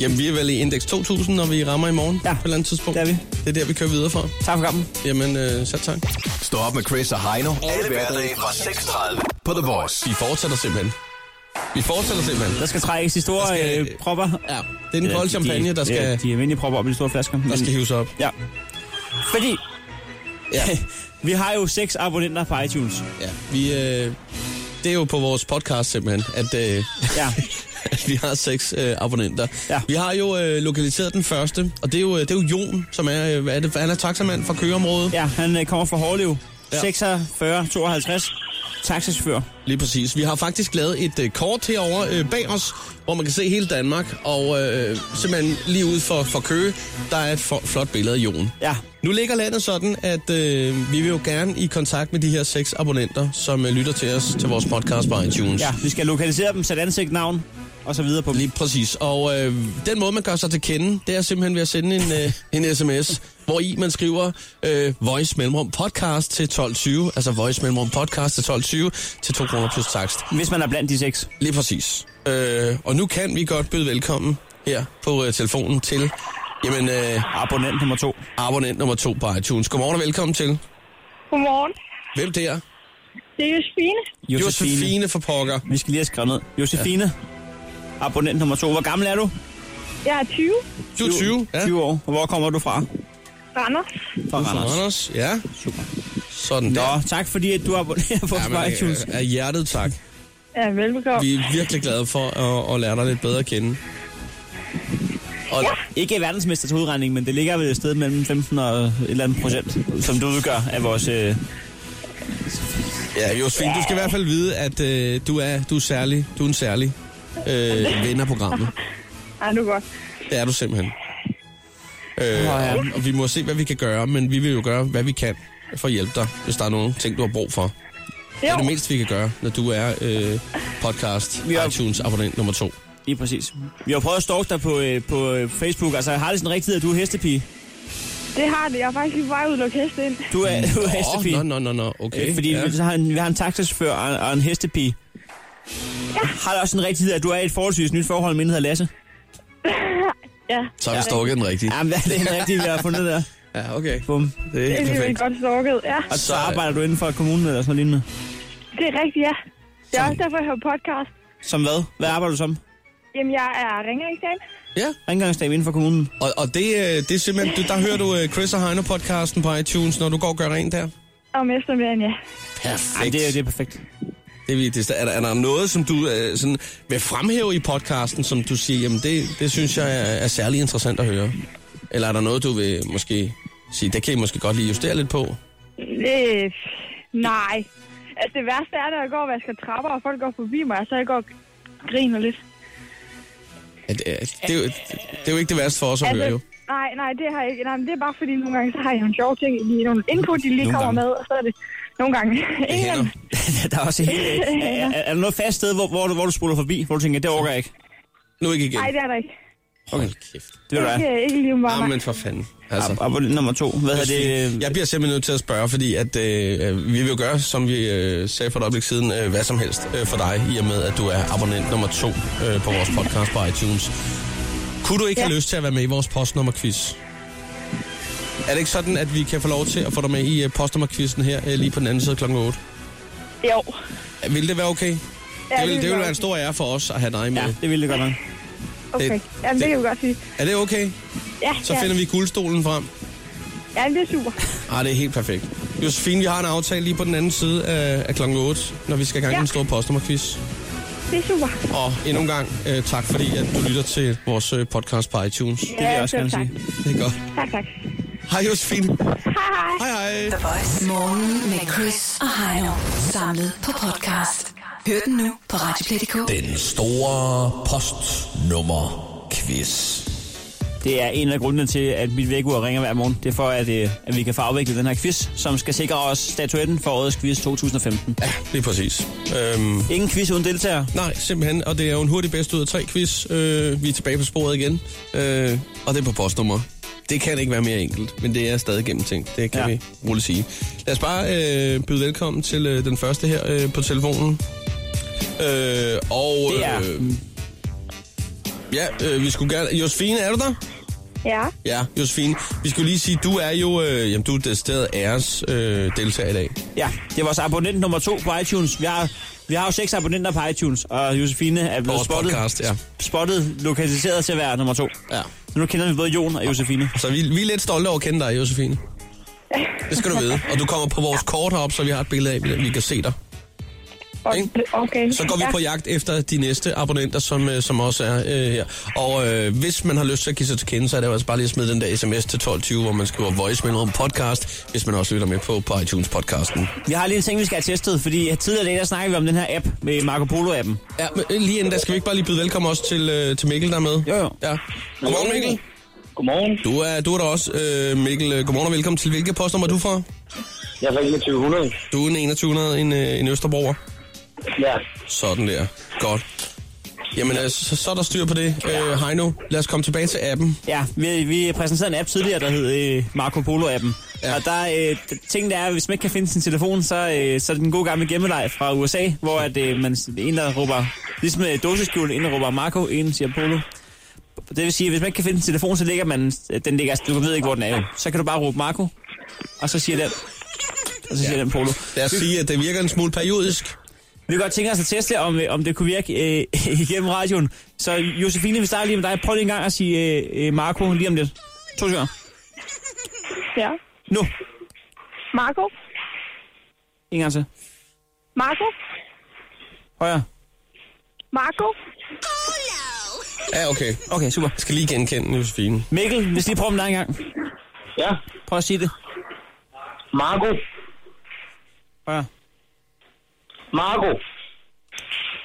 S2: Jamen, vi er vel i indeks 2000, når vi rammer i morgen
S3: Ja,
S2: på et eller andet tidspunkt.
S3: det er vi.
S2: Det er der, vi kører videre fra.
S3: Tak for kampen.
S2: Jamen, øh, så tak.
S8: Stå op med Chris og Heino. Alle hverdage fra 6.30 på The Voice.
S2: Vi fortsætter simpelthen. Vi fortsætter simpelthen.
S3: Der skal trækkes de store
S2: Der skal-
S3: skal, øh, propper.
S2: Altså- Ja, det er den kolde champagne, der skal,
S3: De, de almindelige propper op i de store flasker.
S2: der skal hives op.
S3: Ja. Fordi
S2: Ja,
S3: vi har jo seks abonnenter på iTunes.
S2: ja. Vi, øh, det er jo på vores podcast simpelthen, at, øh,
S3: Ja.
S2: at vi har seks øh, abonnenter.
S3: Ja.
S2: Vi har jo øh, lokaliseret den første, og det er jo, øh, det er jo Jon, som er, øh, hvad er det, han er taxamand fra køgeområdet.
S3: Ja, han øh, kommer fra Hårlev.
S2: Ja.
S3: Ja. 46, 52. Taxachauffør.
S2: Lige præcis. Vi har faktisk lavet et øh, kort herover øh, bag os, hvor man kan se hele Danmark, og øh, simpelthen lige ud for, for Køge, der er et for, flot billede af Jon.
S3: Ja.
S2: Nu ligger landet sådan, at øh, vi vil jo gerne i kontakt med de her seks abonnenter, som øh, lytter til os til vores podcast på iTunes.
S3: Ja, vi skal lokalisere dem, sætte ansigt, navn og så videre på dem.
S2: Lige præcis. Og øh, den måde, man gør sig til kende, det er simpelthen ved at sende en, øh, en sms, hvor i man skriver øh, voice mellemrum podcast til 12.20, altså voice mellemrum podcast til 12.20 til 2 kroner plus takst.
S3: Hvis man er blandt de seks.
S2: Lige præcis. Øh, og nu kan vi godt byde velkommen her på øh, telefonen til jamen, øh,
S3: Abonnent nummer to.
S2: abonnent nummer to på iTunes. Godmorgen og velkommen til.
S11: Godmorgen.
S2: Hvem det er?
S11: Det er Josefine.
S3: Josefine. Josefine.
S2: Josefine for pokker.
S3: Vi skal lige have skrevet ned. Josefine. Ja. Abonnent nummer to. Hvor gammel er du?
S11: Jeg er 20.
S2: Du er 20, ja.
S3: 20 år. Og hvor kommer du fra?
S11: Randers.
S3: Fra Randers.
S2: Anders, ja. Super. Sådan der.
S3: Nå, tak fordi at du abonnerer på
S2: Ja,
S3: ja,
S2: men,
S3: iTunes.
S2: øh, Af hjertet tak.
S11: Ja, velbekomme.
S2: Vi er virkelig glade for at, at lære dig lidt bedre at kende.
S3: Og ja. ikke verdensmester til udregning, men det ligger vel et sted mellem 15 og et eller andet procent, som du udgør af vores... Øh...
S2: Ja, Josefine, du skal i hvert fald vide, at øh, du, er, du er særlig. Du er en særlig øh, ven af programmet.
S11: Ej, nu godt.
S2: Det er du simpelthen. Øh, og, og vi må se, hvad vi kan gøre, men vi vil jo gøre, hvad vi kan for at hjælpe dig, hvis der er nogen ting, du har brug for. Det er det mindste, vi kan gøre, når du er øh, podcast iTunes-abonnent nummer to.
S3: Lige præcis. Vi har prøvet at stalke dig på, øh, på øh, Facebook. Altså, har det sådan rigtigt, at du er hestepige?
S11: Det har det. Jeg har faktisk lige bare udlukket heste ind.
S3: Du er, du er hestepige.
S2: Nå, nå, nå, okay.
S3: Øh, fordi
S2: ja.
S3: ja. vi, så har en, vi har en taxachauffør og, og en hestepige. Ja. Har det også sådan rigtigt, at du er i et forholdsvis nyt forhold med en, der hedder Lasse?
S11: ja.
S2: Så har vi stalket den rigtige.
S3: Jamen, hvad er det en rigtig, vi har fundet der?
S2: Ja, okay.
S3: Bum.
S2: Det
S11: Det er alligevel godt stalket, ja.
S3: Og så arbejder du inden for kommunen eller sådan noget lignende?
S11: Det er rigtigt, ja. Det er også derfor, jeg hører podcast.
S3: Som hvad? Hvad arbejder du som?
S11: Jamen, jeg er ringer ikke
S2: Ja.
S3: Rengøringsdag inden for kommunen.
S2: Og, og det, øh, det er simpelthen, du, der hører du øh, Chris og Heino-podcasten på iTunes, når du går og gør rent der.
S11: om eftermiddagen, ja.
S2: Perfekt.
S3: Ej, det, er, det er perfekt.
S2: Det er, virkelig- det er, er, der, er der noget, som du øh, sådan, vil fremhæve i podcasten, som du siger, jamen det, det synes jeg er, er særlig interessant at høre? Eller er der noget, du vil måske sige, det kan I måske godt lige justere lidt på?
S11: Øh, nej. Altså, det værste er, når jeg går og vasker trapper, og folk går forbi mig, og så jeg går og griner lidt.
S2: At, øh, det, er jo, det er jo ikke det værste for os at høre, jo.
S11: nej, nej, det har jeg ikke. Nej, men det er bare fordi, nogle gange, så har jeg nogle sjove ting, lige nogle input, de lige
S3: Nogle gange.
S11: kommer med, og så er det nogle gange. Ingen af dem.
S3: der er også helt... Er, er, er der noget fast sted, hvor, hvor, du, hvor du spoler forbi, hvor du tænker, det overgår jeg ikke?
S2: Nu ikke igen.
S11: Nej, det er der ikke.
S2: Hold kæft.
S3: Det vil du
S11: Ikke, ikke lige om
S2: Jamen for fanden. Altså.
S3: Og, og nummer to, hvad er det?
S2: Jeg bliver simpelthen nødt til at spørge, fordi at, øh, vi vil jo gøre, som vi øh, sagde for et øjeblik siden, øh, hvad som helst øh, for dig, i og med, at du er abonnent nummer to øh, på vores podcast på iTunes. Kunne du ikke ja. have lyst til at være med i vores postnummerquiz? Er det ikke sådan, at vi kan få lov til at få dig med i øh, postnummerquizzen her, øh, lige på den anden side kl. 8?
S11: Jo.
S2: Vil det være okay? Ja,
S11: det
S2: det, vil,
S11: vil
S2: det vil
S11: være
S2: være en stor ære for os at have dig med. Ja.
S3: Det ville det godt nok.
S11: Okay. Jamen, det kan vi godt sige.
S2: Er det okay?
S11: Ja,
S2: Så
S11: ja.
S2: finder vi guldstolen frem.
S11: Jamen, det er super.
S2: Ah, det er helt perfekt. Josefine, vi har en aftale lige på den anden side af, af kl. 8, når vi skal i gang med
S11: Ja.
S2: den store postnummerquiz.
S11: Det er super.
S2: Og endnu en gang øh, tak, fordi at du lytter til vores øh, podcast på iTunes. Det
S11: vil jeg Ja, også selv gerne tak.
S2: Det er godt.
S11: Tak, tak.
S2: Hej Josefine.
S11: Hej, hej.
S2: Hej,
S1: The Voice. Morgen med Chris og Heino. Samlet på podcast. Hør den nu på Radioplay.dk.
S5: Den store postnummer quiz.
S3: Det er en af grundene til, at mit vækkeur ringer hver morgen. Det er for, at, øh, at vi kan få afviklet den her quiz, som skal sikre os statuetten for årets quiz 2015.
S2: Ja, lige præcis. Øhm,
S3: Ingen quiz uden deltager.
S2: nej, simpelthen. Og det er jo en hurtig bedst ud af tre quiz. Øh, vi er tilbage på sporet igen. Øh, og det er på postnummer. Det kan ikke være mere enkelt, men det er stadig gennemtænkt. Det kan ja.
S3: Ja.
S2: vi roligt sige. Lad os bare øh, byde velkommen til øh, den første her øh, på telefonen. Øh, og
S3: Det er-
S2: øh, ja, øh, vi skulle gerne... Josefine, er du der?
S11: Ja,
S2: Ja, Josefine, vi skulle lige sige, du er jo øh, jamen, du er decideret æres øh, deltager i dag.
S3: Ja, det er vores abonnent nummer to på iTunes. Vi har, vi har jo seks abonnenter på iTunes, og Josefine er blevet
S2: Vores
S3: spottet,
S2: podcast, ja.
S3: spottet, lokaliseret til at være nummer to.
S2: ja.
S3: Så nu kender vi både Jon og Josefine.
S2: Så vi, vi er lidt stolte over at kende dig, Josefine. Det skal du vide. Og du kommer på vores kort herop, så vi har et billede af, at vi kan se dig.
S11: okay.
S2: Så går vi
S11: ja.
S2: på jagt efter de næste abonnenter, som, øh, som også er øh, her. Og øh, hvis man har lyst til at give sig til kende, så er det jo altså bare lige at smide den der sms til 12.20, hvor man skriver voice mellemrum podcast, hvis man også lytter med på, på iTunes-podcasten.
S3: Vi har lige en ting, vi skal have testet, fordi tidligere i dag, der snakkede vi om den her app med øh, Marco Polo-appen.
S2: Ja, men øh, lige inden der skal vi ikke bare lige byde velkommen også til, øh, til Mikkel, der er med.
S3: Jo, jo.
S2: Ja. Godmorgen, Mikkel.
S12: Godmorgen.
S2: Du er, du er der også, øh, Mikkel. øh, Godmorgen og velkommen til. Hvilke postnummer er du fra?
S12: Jeg er fra 2100.
S2: Du er en 2100, en, øh, en Østerbroer.
S12: Ja.
S2: Sådan der. Godt. Jamen, altså, så, så er der styr på det. Øh, Heino, lad os komme tilbage til appen.
S3: Ja, vi, vi præsenterede en app tidligere, der hed øh, Marco Polo-appen. Ja. Og der øh, d- tingen der er, at hvis man ikke kan finde sin telefon, så, øh, så er den gode gamle gemmeleg fra USA, hvor at, øh, man, en, der råber, ligesom øh, dåseskjul, en der råber Marco, en siger Polo. Det vil sige, at hvis man ikke kan finde sin telefon, så ligger man, den ligger, du ved ikke, hvor den er jo. Så kan du bare råbe Marco, og så siger den, og så siger ja. den Polo.
S2: Lad os sige, at det virker en smule periodisk.
S3: Vi kunne godt tænke os at teste, om, øh, om det kunne virke øh, igennem radioen. Så Josefine, vi starter lige med dig. Prøv lige en gang at sige øh, øh, Marco lige om lidt. To sekunder.
S11: Ja.
S3: Nu.
S11: Marco?
S3: En gang til.
S11: Marco?
S3: Højre.
S11: Marco?
S2: Ja, okay.
S3: Okay, super.
S2: Jeg skal lige genkende Josefine.
S3: Mikkel, hvis lige prøver med dig engang.
S12: Ja.
S3: Prøv at sige det.
S12: Marco.
S3: Ja.
S12: Marco.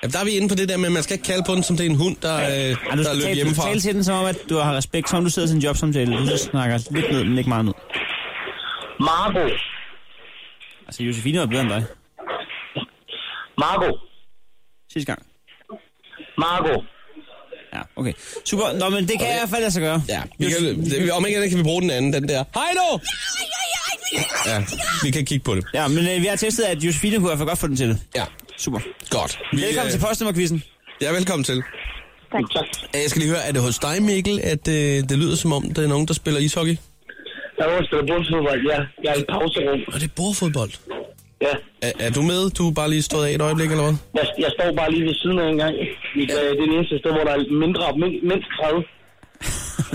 S2: Jamen, der er vi inde på det der med, at man skal ikke kalde på den, som det er en hund, der, ja.
S3: Ej,
S2: der
S3: du
S2: er
S3: skal
S2: løbet
S3: tale, du skal
S2: hjemmefra.
S3: tale til den, som om, at du har respekt, som om du sidder til en jobsamtale. Du snakker lidt ned, men ikke meget ned.
S12: Marco.
S3: Altså, Josefine var bedre end dig.
S12: Marco.
S3: Sidste gang.
S12: Marco.
S3: Ja, okay. Super. Nå, men det kan jeg i hvert fald lade sig gøre.
S2: Ja, vi kan, det, om ikke andet kan vi bruge den anden, den der. Hej nu! Ja, vi kan kigge på det.
S3: Ja, men øh, vi har testet, at Josefine kunne i hvert fald godt få den til det.
S2: Ja.
S3: Super.
S2: Godt. øh,
S3: Velkommen til postnummerquizzen.
S2: Ja, velkommen til.
S11: Tak.
S2: Øh, Jeg skal lige høre, er det hos dig, Mikkel, at øh, det lyder som om, der er nogen, der spiller ishockey?
S12: Jeg er også bordfodbold, ja. Jeg er i pauserum.
S2: Og det er bordfodbold?
S12: Ja.
S2: Er, er du med? Du er bare lige stået af et øjeblik, eller hvad?
S12: Jeg, jeg står bare lige ved siden af en gang. Det er det eneste sted, hvor der er mindre, min- mindst 30.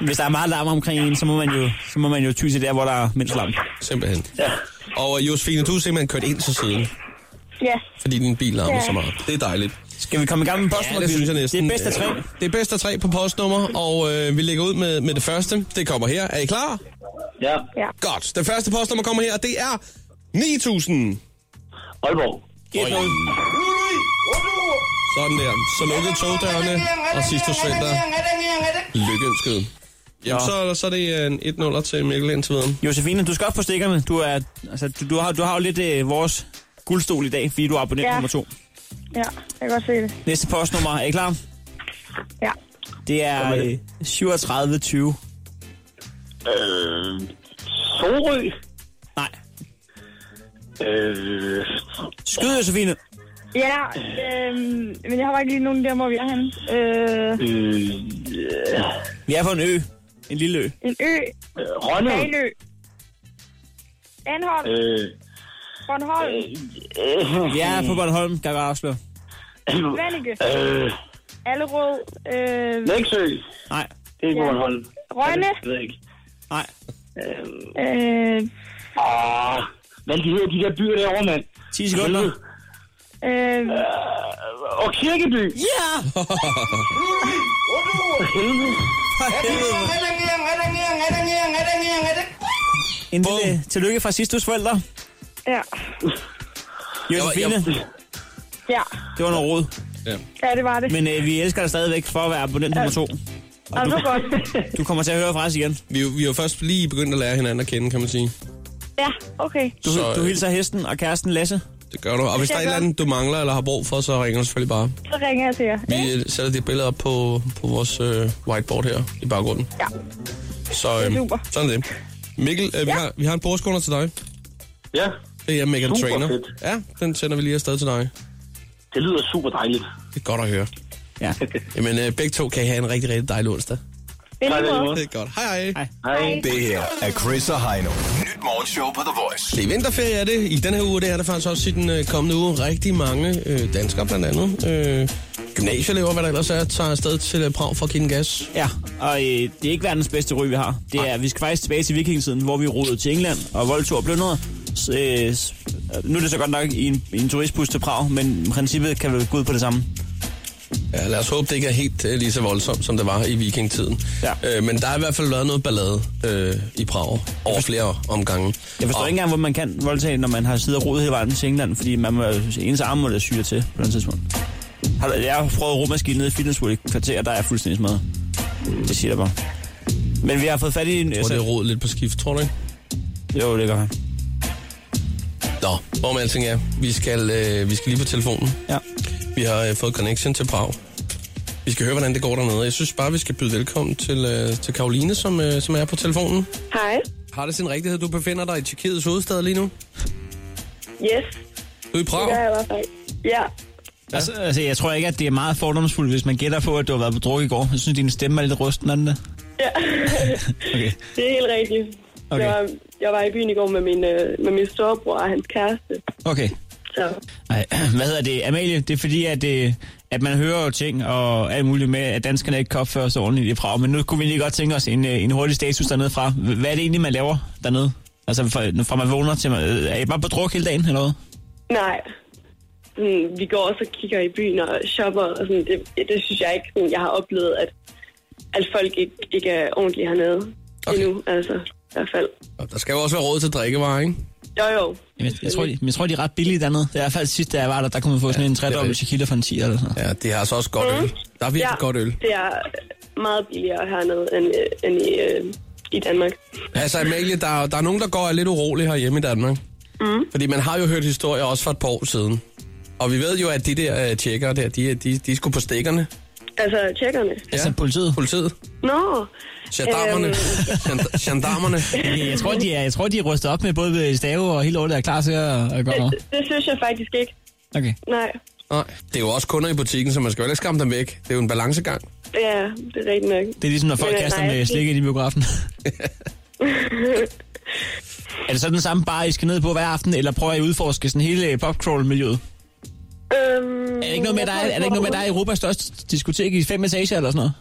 S3: Hvis der er meget larm omkring en, så må man jo, så må man jo ty til der, hvor der er mindst larm.
S2: Simpelthen. Ja. Og øh, Josefine, du er simpelthen kørt ind til siden,
S11: Ja.
S2: fordi din bil larmer
S11: Ja.
S2: så meget. Det er dejligt.
S3: Skal vi komme i gang med postnummer?
S2: Ja, det synes jeg næsten. øh,
S3: Det er bedst af tre.
S2: Det er bedst af tre på postnummer, og øh, vi lægger ud med, med det første. Det kommer her. Er I klar?
S12: Ja.
S11: Ja.
S2: Godt. Det første postnummer kommer her, det er 9000.
S12: Aalborg.
S2: Oj. Sådan der. Så lukkede togdørene, og sidste søndag lykkeønsket. Jamen,
S3: Nå.
S2: så, så er det øh, en 1-0 til Mikkel indtil videre.
S3: Josefine, du skal op på stikkerne. Du, er, altså, du, du, har, du har jo lidt øh, vores guldstol i dag, fordi du er abonnent
S11: Ja.
S3: ja. nummer to.
S11: Ja, jeg kan godt se det.
S3: Næste postnummer, er I klar?
S11: Ja.
S3: Det er øh, 3720.
S12: Øh, Sorø.
S3: Nej.
S12: Øh,
S3: Skyd, Josefine.
S11: Ja, øhm, men jeg har bare ikke lige nogen der, hvor vi er henne. Øh,
S12: øh,
S3: Vi er på en ø. En lille ø.
S11: en ø.
S13: Øh,
S12: Rønne.
S11: Fanø. Anholm.
S12: Øh,
S11: Bornholm.
S12: øh,
S3: Vi er på Bornholm, kan jeg bare afsløre.
S11: Vanike.
S12: Øh,
S11: Allerød. Øh,
S12: Læksø.
S3: Nej,
S12: Det er ikke
S11: Ja.
S12: Bornholm.
S11: Rønne.
S12: Jeg ved ikke.
S3: nej.
S11: Øh,
S12: Åh, hvad de hedder de der byer derovre, mand?
S3: 10 sekunder.
S11: øh,
S4: Um,
S12: Og Kirkeby.
S3: Ja!
S12: Helvede.
S3: For helvede. En lille tillykke fra sidste hos forældre.
S11: ja.
S3: Josefine,
S11: Ja,
S3: det var noget rod.
S11: ja, det var det.
S3: Men øh, vi elsker dig stadigvæk for at være abonnent nummer to.
S11: Og det var godt.
S3: Du kommer til at høre fra os igen.
S2: Vi, er jo- vi er jo først lige begyndt at lære hinanden at kende, kan man sige.
S11: Ja, okay.
S3: Du,
S2: Så,
S3: du
S2: øh,
S3: hilser hesten og kæresten Lasse.
S2: Det gør du. Og hvis
S11: Det
S2: der er et
S11: gør
S2: eller
S11: jeg
S2: andet, du mangler eller har brug for, så ringer du selvfølgelig bare.
S11: Så ringer jeg til jer.
S2: Vi øh, sætter dit billede op på, på vores øh, whiteboard her i baggrunden.
S11: Ja.
S2: Så øh,
S11: Det er super.
S2: sådan er det. Mikkel, øh, vi, har, vi har en bordskunder til dig.
S12: Ja,
S2: Det er Mega
S12: Super
S2: Trainer.
S12: fedt.
S2: Ja, den sender vi lige afsted til dig.
S12: det lyder super dejligt.
S2: Det er godt at høre.
S3: Ja.
S2: Jamen, øh, begge to kan I have en rigtig, rigtig dejlig onsdag.
S11: Det
S12: Tak,
S11: er lige måde.
S12: måde.
S2: Det er godt. Hej hej.
S3: Hej.
S12: Hej.
S8: Det her er Chris og Heino. Nyt morgenshow på The Voice.
S2: Det er vinterferie, er det. I den her uge, det er der faktisk også i den øh, kommende uge rigtig mange øh, danskere, blandt andet øh, gymnasieelever, hvad der ellers er, tager afsted til øh, Prag for at give den gas.
S3: Ja, og øh, det er ikke verdens bedste ryg, vi har. Det er, vi skal faktisk tilbage til vikingetiden, hvor vi rodede til England og voldtog og plyndrede. S- øh, s- nu er det så godt nok i en, i en turistbus til Prag, men i princippet kan vi gå ud på det samme.
S2: Ja, lad os håbe, det ikke er helt øh, lige så voldsomt, som det var i vikingtiden.
S3: Ja.
S2: Øh, men der er i hvert fald været noget ballade øh, i Prag over flere omgange.
S3: Jeg forstår
S2: Og-
S3: ikke engang, hvor man kan voldtage, når man har siddet og rodet hele vejen til England, fordi man må, ens arme må da syre til på den tidspunkt. Har du- Jeg har prøvet rummaskinen nede i Fitness World i et kvarter, og der er jeg fuldstændig smadret. Det siger jeg bare. Men vi har fået fat i en...
S2: Hvor det er rodet lidt på skift, tror du ikke?
S3: jo, det gør han.
S2: Nå, hvor med alting er, vi skal, øh, vi skal lige på telefonen.
S3: Ja.
S2: Vi har øh, fået connection til Prag. Vi skal høre, hvordan det går dernede. Jeg synes bare, vi skal byde velkommen til, øh, til Karoline, som, øh, som er på telefonen.
S14: Hej.
S2: Har det sin rigtighed, du befinder dig i Tyrkiets hovedstad lige nu?
S14: Yes,
S2: Du er i
S14: det
S2: Prag?
S14: gør jeg i hvert fald. Ja,
S3: Ja. Altså, altså, jeg tror ikke, at det er meget fordomsfuldt, hvis man gætter på, at du har været på druk i går. Jeg synes, din stemme er lidt rusten, er den det?
S14: ja.
S3: Okay.
S14: det er helt rigtigt.
S3: Okay.
S14: Okay. Jeg, var, jeg var i byen i går med min, øh, med min storebror og hans kæreste.
S3: Okay.
S14: Så
S3: Ej, hvad hedder det? Amalie, det er fordi, at, øh, at man hører jo ting og alt muligt med, at danskerne ikke kan opføre sig ordentligt i Prag. Men nu kunne vi lige godt tænke os en, øh, en hurtig status dernede fra. H- Hvad er det egentlig, man laver dernede? Altså fra, fra man vågner til man... øh, Er I bare på druk hele dagen, eller hvad?
S14: nej, sådan, vi går også og kigger i byen og shopper, og sådan, det, det synes jeg ikke, sådan, jeg har oplevet, at, at folk ikke, ikke er ordentlige hernede okay. endnu, altså i hvert fald.
S2: Og Der skal jo også være råd til drikkevarer, ikke?
S14: Jo, jo.
S3: Jamen, jeg, jeg, tror, de, men jeg tror, de er ret billige dernede. Det er i hvert fald sidst, da jeg var der, der kunne man få sådan ja, en tredobbelt tequila for en 10 eller sådan
S2: Ja, det har altså også
S14: Mm.
S2: godt øl. Der er virkelig godt øl.
S14: Det er meget billigere hernede end, øh, end i, øh, i Danmark.
S2: Altså Amalie, der, der er nogen, der går og er lidt urolig herhjemme i Danmark.
S14: Mm.
S2: Fordi man har jo hørt historier også for et par år siden. Og vi ved jo, at de der øh, tjekkere der, de, er- de, de er sgu på stikkerne.
S14: Altså, tjekkerne.
S2: Altså
S3: politiet?
S2: Politiet.
S14: Nå.
S2: Gendarmerne. Øhm. Gendarmerne.
S3: noget. Jeg tror, de er, jeg tror, de er rystet op med både øh, stave og hele året, der er klar til at, at gå over.
S14: Det synes jeg faktisk ikke.
S3: Okay.
S14: Nej,
S2: Nej, det er jo også kunder i butikken, så man skal jo heller ikke skamme dem væk. Det er jo en balancegang.
S14: det er, det er rigtigt nok.
S3: Det er ligesom, når folk
S14: Men, øh,
S3: kaster
S14: nej,
S3: med slik ind i biografen. er det så den samme bar, I skal ned på hver aften, eller prøver I at udforske sådan hele popcrawl-miljøet? Er
S14: Øhm,
S3: det ikke noget med, at der er, er, det ikke noget med, at der er Europas største diskotek i fem etager eller sådan noget?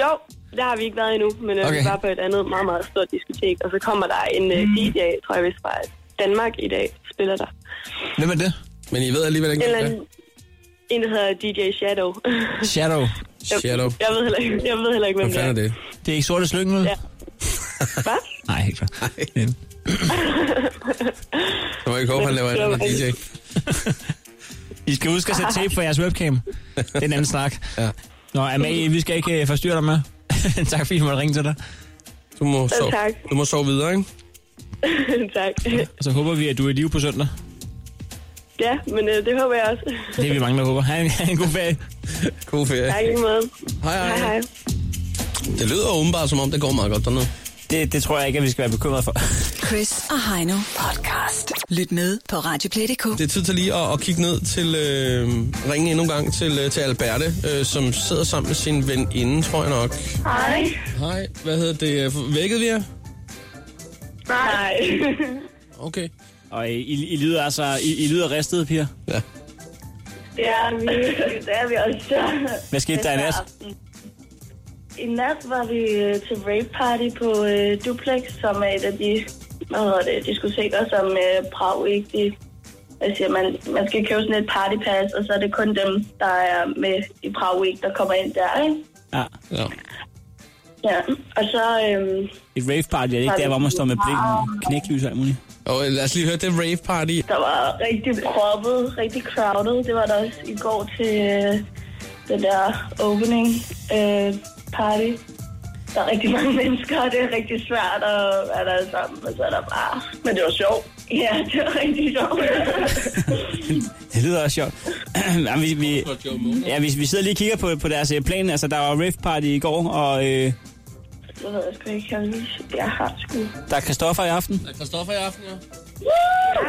S14: Jo, der har vi ikke været endnu, men okay.
S3: Okay.
S14: vi var på et andet meget, meget stort diskotek, og så kommer der en mm. DJ, tror jeg vist fra Danmark i dag, spiller der.
S3: Hvem er det?
S2: Men I ved alligevel
S14: En
S2: ikke,
S14: eller
S2: hvem det
S14: anden, en, der hedder DJ Shadow.
S2: er.
S3: Shadow.
S14: Jeg-
S2: Shadow.
S14: Jeg ved heller ikke, jeg ved heller ikke hvem
S2: Hvad fanden
S14: det er.
S2: er det?
S3: Det er ikke sorte slyngen,
S14: Ja. Hvad?
S3: Nej, helt klart.
S2: Jeg må ikke håbe, han laver en anden DJ.
S3: I skal huske at sætte tape for jeres webcam. Det er en anden snak. Ja. Nå, Amalie, vi skal ikke øh, forstyrre dig med. tak fordi du måtte ringe til dig.
S2: Du må
S14: Selv sove- tak.
S2: du må sove videre, ikke?
S14: tak.
S3: Og så håber vi, at du er i live på søndag.
S14: Ja, men øh, det håber jeg også.
S3: Det er vi mange, der håber. Ha' en, ha en god ferie.
S2: God ferie.
S14: Tak i lige måde.
S2: Hej, hej.
S14: hej, hej.
S2: Det lyder åbenbart, som om det går meget godt dernede.
S3: Det, det tror jeg ikke, at vi skal være bekymrede for.
S1: Chris og Heino podcast. Lyt med på Radioplay.dk.
S2: Det er tid til lige at, at kigge ned til, øh, ringe endnu en gang til, øh, til Alberte, øh, som sidder sammen med sin veninde, tror jeg nok.
S14: Hej.
S2: Hej, hvad hedder det? Vækkede vi jer?
S14: Nej.
S2: Okay.
S3: Og I, I, I lyder altså, I, I lyder ristet, piger.
S2: Ja.
S15: Ja, vi, det er vi også.
S3: Hvad skete der i nat?
S15: I nat var vi øh, til rape party på øh, Duplex, som er et af de hvad hedder det, diskoteker, som øh, Prag ikke... De, jeg siger, man, man skal købe sådan et partypass, og så er det kun dem, der er med i Prag Week, der kommer ind der, ikke?
S3: Ja. ja.
S15: Ja, og så... Øhm,
S3: Et rave party, er det ikke der, hvor man står med blikken, knæklys og alt muligt?
S2: Og lad os lige høre det rave party.
S15: Der var rigtig proppet, rigtig crowded. Det var der også i går til øh, den der opening øh, party. Der er rigtig mange mennesker, og det er rigtig svært at være der sammen. Og så er der bare... Men det var sjovt. Ja, det var rigtig sjovt.
S3: Det lyder også sjovt. Jamen, vi, vi, ja, vi, vi sidder lige og kigger på, på deres øh, plan. Altså, der var rave party i går, og øh,
S15: det ved jeg sgu ikke. Jeg, vil- jeg har sgu...
S3: der er Christoffer i aften.
S2: Der er Christoffer i aften, ja.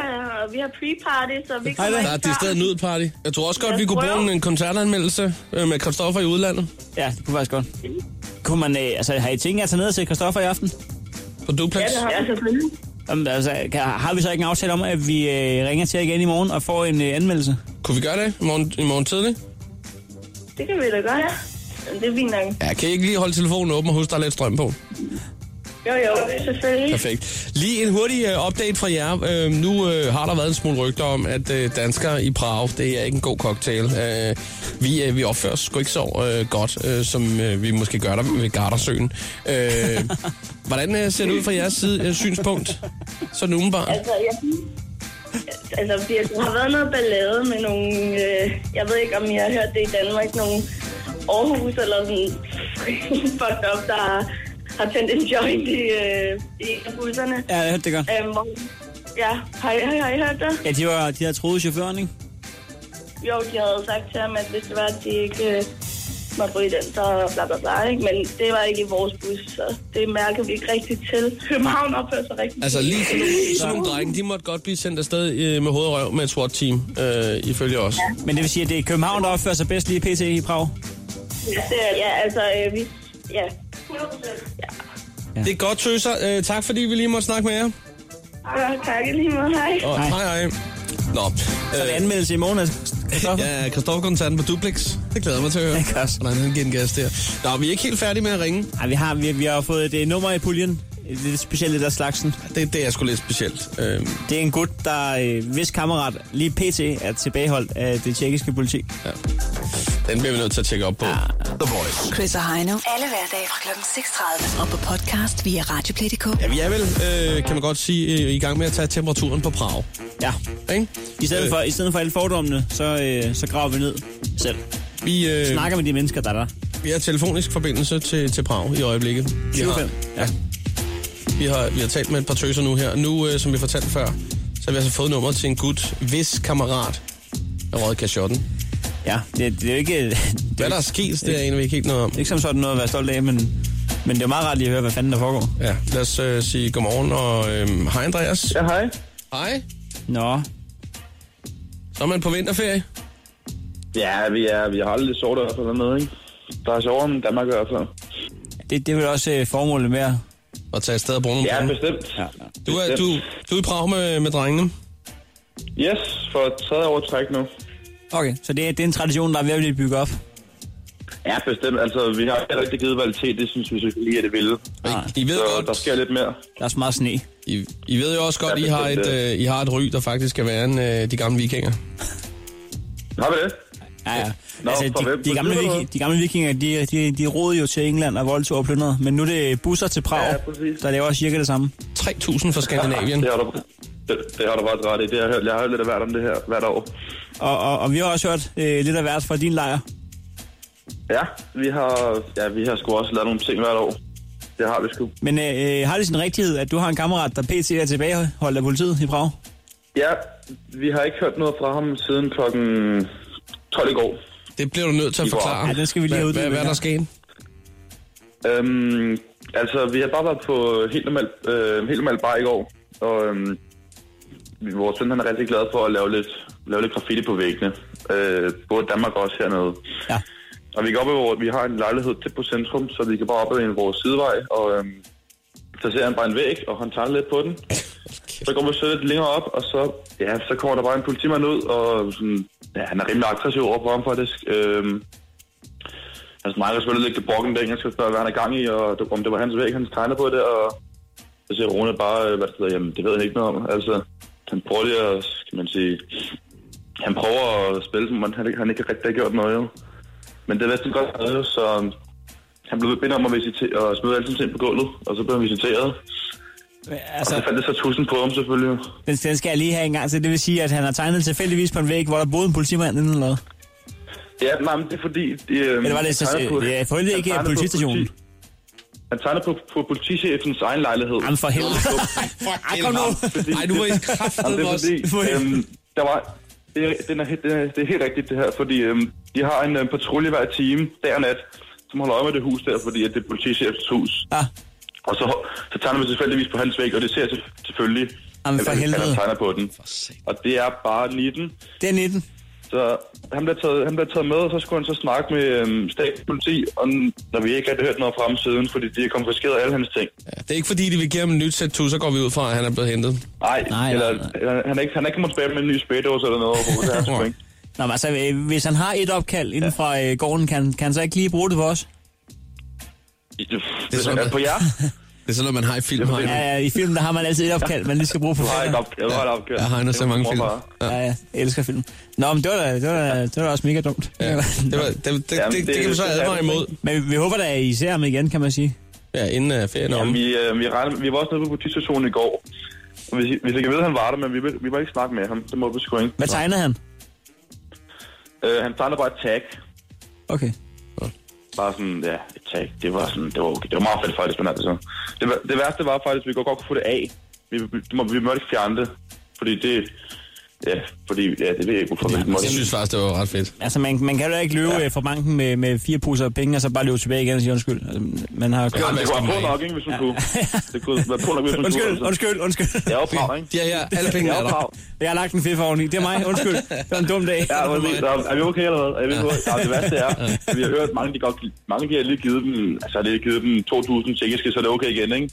S15: Ja, og vi har pre-party, så vi kommer
S2: Der er det stedet nyd party. Jeg tror også godt, vi kunne bruge en, en koncertanmeldelse øh, med Christoffer i udlandet.
S3: Ja, det kunne faktisk godt. Kunne man, øh, altså, har I tænkt jer at tage ned og se Christoffer i aften?
S2: På duplex?
S15: Ja, det har vi selvfølgelig.
S3: Jamen, altså, kan, har vi så ikke en aftale om, at vi øh, ringer til jer igen i morgen og får en øh, anmeldelse?
S2: Kunne vi gøre det i morgen, i morgen tidlig?
S15: Det kan vi da godt, ja. Det er fint nok.
S2: Ja, kan I ikke lige holde telefonen åben og huske, der er lidt strøm på?
S15: Jo, jo, selvfølgelig.
S2: Perfekt. Lige en hurtig øh, update fra jer. Øh, nu øh, har der været en smule rygter om, at øh, danskere i Prag, det er ikke en god cocktail. Øh, vi, øh, vi opfører os sgu ikke så øh, godt, øh, som øh, vi måske gør der ved Gardersøen. Øh, hvordan øh, ser det ud fra jeres side, øh, synspunkt? Sådan umiddelbart.
S15: Altså, jeg Altså, fordi der har været noget ballade med nogle... Øh, jeg ved ikke, om I har hørt det i Danmark. Nogle Aarhus eller sådan fucked up, der har, har tændt en joint i, øh, i en af busserne.
S3: Ja, jeg hørte det godt.
S15: Øhm, hvor, ja, har I, har I hørt det?
S3: Ja, de, var, de havde troet chaufføren, ikke?
S15: Jo, de havde sagt til ham, at hvis det var, at de ikke øh, måtte ryge den, så bla bla bla. Ikke? Men det var ikke i vores bus, så det mærker vi ikke rigtigt til. København opfører sig rigtig
S2: Altså lige sådan nogle,
S15: skidt.
S2: sådan nogle drenge, de måtte godt blive sendt afsted øh, med hovedet og røv med et SWAT-team, øh, ifølge os.
S3: Men det vil sige, at det er København, der opfører sig bedst lige pt. i Prag.
S15: Ja, det er, ja altså, øh, vi... Ja. 100%.
S2: Ja. Det er godt, tøser. Øh, tak fordi vi lige måtte snakke med jer.
S15: Ja, tak i lige måde. Hej.
S2: Og, hej. hej, hej. Nå. Så
S3: det anmeldelse i morgen, altså.
S2: Ja, Christoffer Kontanten på Duplex. Det glæder jeg mig til at høre.
S3: Ja,
S2: Hvordan han giver en gas der. Nå, vi er ikke helt færdige med at ringe.
S3: Nej, vi har, vi, vi har fået et øh, nummer i puljen. Det er lidt specielt, det der slagsen.
S2: Det, det er sgu lidt specielt. Øhm.
S3: Det er en gut, der øh, hvis kammerat lige pt. er tilbageholdt af det tjekkiske politi.
S2: Ja. Den bliver vi nødt til at tjekke op på. Ja. The Voice.
S1: Chris og Heino. Alle hverdage fra kl. 6.30. Og på podcast via Radioplay.dk.
S2: Ja, vi er vel, øh, kan man godt sige, øh, i gang med at tage temperaturen på Prag.
S3: Ja.
S2: Ikke? Øh.
S3: I stedet, for, I stedet for alle fordommene, så, øh, så graver vi ned selv.
S2: Vi øh,
S3: snakker med de mennesker, der er der.
S2: Vi har telefonisk forbindelse til, til Prag i øjeblikket. Vi har,
S3: 25.
S2: ja. Vi har, vi har talt med et par tøser nu her. Nu, øh, som vi fortalte før, så har vi altså fået nummeret til en gut, hvis kammerat er røget kashotten.
S3: Ja, det, det er jo ikke... Det
S2: Hvad der er sket, det er egentlig ikke helt noget om.
S3: Ikke som sådan noget at være stolt af, men, men det er jo meget rart lige at høre, hvad fanden der foregår.
S2: Ja, lad os øh, sige godmorgen og øh, hej Andreas.
S12: Ja, hej.
S2: Hej.
S3: Nå.
S2: Så er man på vinterferie.
S12: Ja, vi, er, vi har aldrig lidt sort i hvert fald dernede, ikke? Der er sjovere end Danmark i hvert fald.
S3: Det, det er vel også øh, formålet med at...
S2: At tage afsted og bruge nogle
S12: Ja,
S2: penge.
S12: bestemt. Ja, ja.
S2: Du er, du, du er i Prag med, med drengene.
S12: Yes, for tredje år i træk nu.
S3: Okay, så det, er- det er en tradition, der er ved at blive bygget op.
S12: Ja, bestemt. Altså, vi har heller ikke givet kvalitet, det synes vi selvfølgelig lige er det vilde.
S2: I ved
S12: så godt. der sker lidt mere.
S3: Der er så meget sne.
S2: I, I ved jo også godt,
S12: Ja,
S2: I har et,
S12: bestemt,
S2: øh, I har et ry, der faktisk skal være en, øh, de gamle vikinger.
S12: Har vi det?
S3: Ja, ja.
S12: Nå,
S3: altså,
S12: for hvem?
S3: de, de, gamle
S12: Betyder
S3: viki,
S12: noget?
S3: de gamle vikinger, de, de, de rodede jo til England og voldtog og plyndrede. Men nu er det busser til Prag, ja, der laver cirka det samme.
S2: 3.000 fra Skandinavien.
S12: det, har du, det, det har du faktisk ret i. Det har jeg, hørt, jeg har hørt lidt af hvert om det her hvert år.
S3: Og, og, og vi har også hørt øh, lidt af hvert fra din lejr.
S12: Ja, vi har, ja, vi har sgu også lavet nogle ting hvert år. Det har vi sgu.
S3: Men øh, øh, har det sin rigtighed, at du har en kammerat, der pt. er tilbageholdt af politiet i Prag?
S12: Ja, vi har ikke hørt noget fra ham siden klokken 12 i går.
S2: Det bliver du nødt til at
S12: I går
S2: forklare.
S12: aften. Ja, det skal vi lige
S2: Hvad-
S12: have
S2: Hvad,
S12: uddybet
S2: hvad er der
S12: her.
S2: sket?
S12: Øhm, altså, vi har bare været på helt normal, øh, helt normal bar i går, og øhm, vores søn han er rigtig glad for at lave lidt, lave lidt graffiti på væggene. Øh, både i Danmark og også hernede.
S3: Ja.
S12: Og vi, går op i, vores- vi har en lejlighed tæt på centrum, så vi kan bare op ad en af vores sidevej, og øhm, så ser han bare en væg, og han tager lidt på den. Så går vi så lidt længere op, og så, ja, så kommer der bare en politimand ud, og sådan, ja, han er rimelig aggressiv over for ham faktisk. Øhm, han snakker Altså, selvfølgelig lidt gebrokken der, jeg skal spørge, hvad han er gang i, og det- om det var hans væg, han tegnede på det, og så siger Rune bare, øh, hvad det hedder, jamen det ved jeg ikke noget om. Altså, han prøver lige at, skal man sige, han prøver at spille, som om han, ikke- han ikke rigtig har gjort noget, jo. Men det er vist godt noget, så um, han blev bedt om at, visite- at smide alle sine ting på gulvet, og så blev han visiteret.
S3: Altså...
S12: Og så fandt det så tusind på ham selvfølgelig. jo.
S3: Den, den skal jeg lige have en gang til. Det vil sige, at han har tegnet tilfældigvis på en væg, hvor der boede en politimand inden eller noget.
S12: Ja, nej, men det er fordi... De, øh,
S3: Eller var det så- det er forhåbentlig ikke politistationen.
S12: Han tegner på, på politichefens egen lejlighed.
S3: Jamen for helvede.
S2: Ej,
S3: kom nu.
S2: Ej, nu var I kraftedeme
S12: Jamen,
S2: også-
S12: det er
S2: For
S12: fordi, øhm, der var... Det er, den er, helt- det, er, det er helt rigtigt, det her, fordi øhm, de har en øhm, patrulje hver time, dag og nat, som holder øje med det hus der, fordi at det er politichefens hus.
S3: Ja.
S12: Og så, så tegner man tilfældigvis på hans væg, og det ser til, selvfølgelig,
S3: Jamen, for
S12: at, han- at
S3: helvede.
S12: han tegner på den. Og det er bare 19.
S3: Det er 19.
S12: Så han blev, taget, han blev taget med, og så skulle han så snakke med øhm, statspoliti, og n- når vi ikke har hørt noget fra ham siden, fordi de har konfiskeret alle hans ting.
S2: Ja, det er ikke fordi, de vil give ham en nyt sæt tus, så går vi ud fra, at han er blevet hentet.
S12: Nej, nej, eller, nej. Eller, han, er ikke, han er ikke kommet tilbage med en ny spædås eller noget overhovedet. Det er han sgu ikke.
S3: Nå, men altså, øh, hvis han har et opkald inden fra øh, gården, kan, kan han så ikke lige bruge det for os?
S2: Det er sådan
S12: Er det på jer?
S2: Det er sådan noget, man har i film. Heino.
S3: Ja, ja, i filmen der har man altid et opkald, man lige skal bruge på
S12: Du har et
S3: fanden.
S12: opkald. Du har et opkald.
S2: Jeg har endnu så mange film.
S3: Ja, ja, jeg elsker film. Nå, men det var da, det var da, det var da også mega dumt. Ja,
S2: Det, var, det, det, det, det, det kan vi så advare imod.
S3: Men vi, vi håber da, at I ser ham igen, kan man sige.
S2: Ja, inden uh, ferien er
S12: Jamen,
S2: omme.
S12: vi, øh, vi, regner, vi var også nede på politistationen i går, og vi, vi fik at vide, at han var der, men vi, vil- vi må ikke snakke med ham. Det må vi sgu ikke.
S3: Hvad tegnede han?
S12: Øh, han tegnede bare et tag.
S3: Okay.
S12: Bare sådan, ja, et tag. Det var sådan, det var okay. Det var meget fedt faktisk, men altså. Det, var- det værste var faktisk, at vi godt kunne få det af. Vi, vi, vi, må, vi måtte ikke fjerne det, fordi det... Ja, fordi, ja, det ved jeg ikke, hvorfor vi måtte.
S2: Jeg synes faktisk, det var ret fedt.
S3: Altså, man, man kan jo da ikke løbe ja. fra banken med, med fire poser penge, og så bare løbe tilbage igen og sige undskyld. Altså, man har...
S12: Ja, det kunne være på nok, ikke, hvis hun kunne. Det kunne være på nok, hvis hun
S3: Undskyld,
S12: kunne.
S3: undskyld, undskyld.
S12: altså. Jeg er jo brav, ikke?
S2: Ja, ja, alle
S12: Jeg
S2: pengene
S12: er
S2: er
S12: jo brav.
S2: der.
S3: Jeg har lagt en fiffer oveni. Det er mig, undskyld. Det var en dum dag.
S12: Ja, men det, er vi okay eller hvad? Er vi ja. Nej, det værste er, at vi har hørt, at mange, de, godt, mange de har lige givet dem, altså har lige givet dem 2.000 tjekkiske, så er det okay igen, ikke?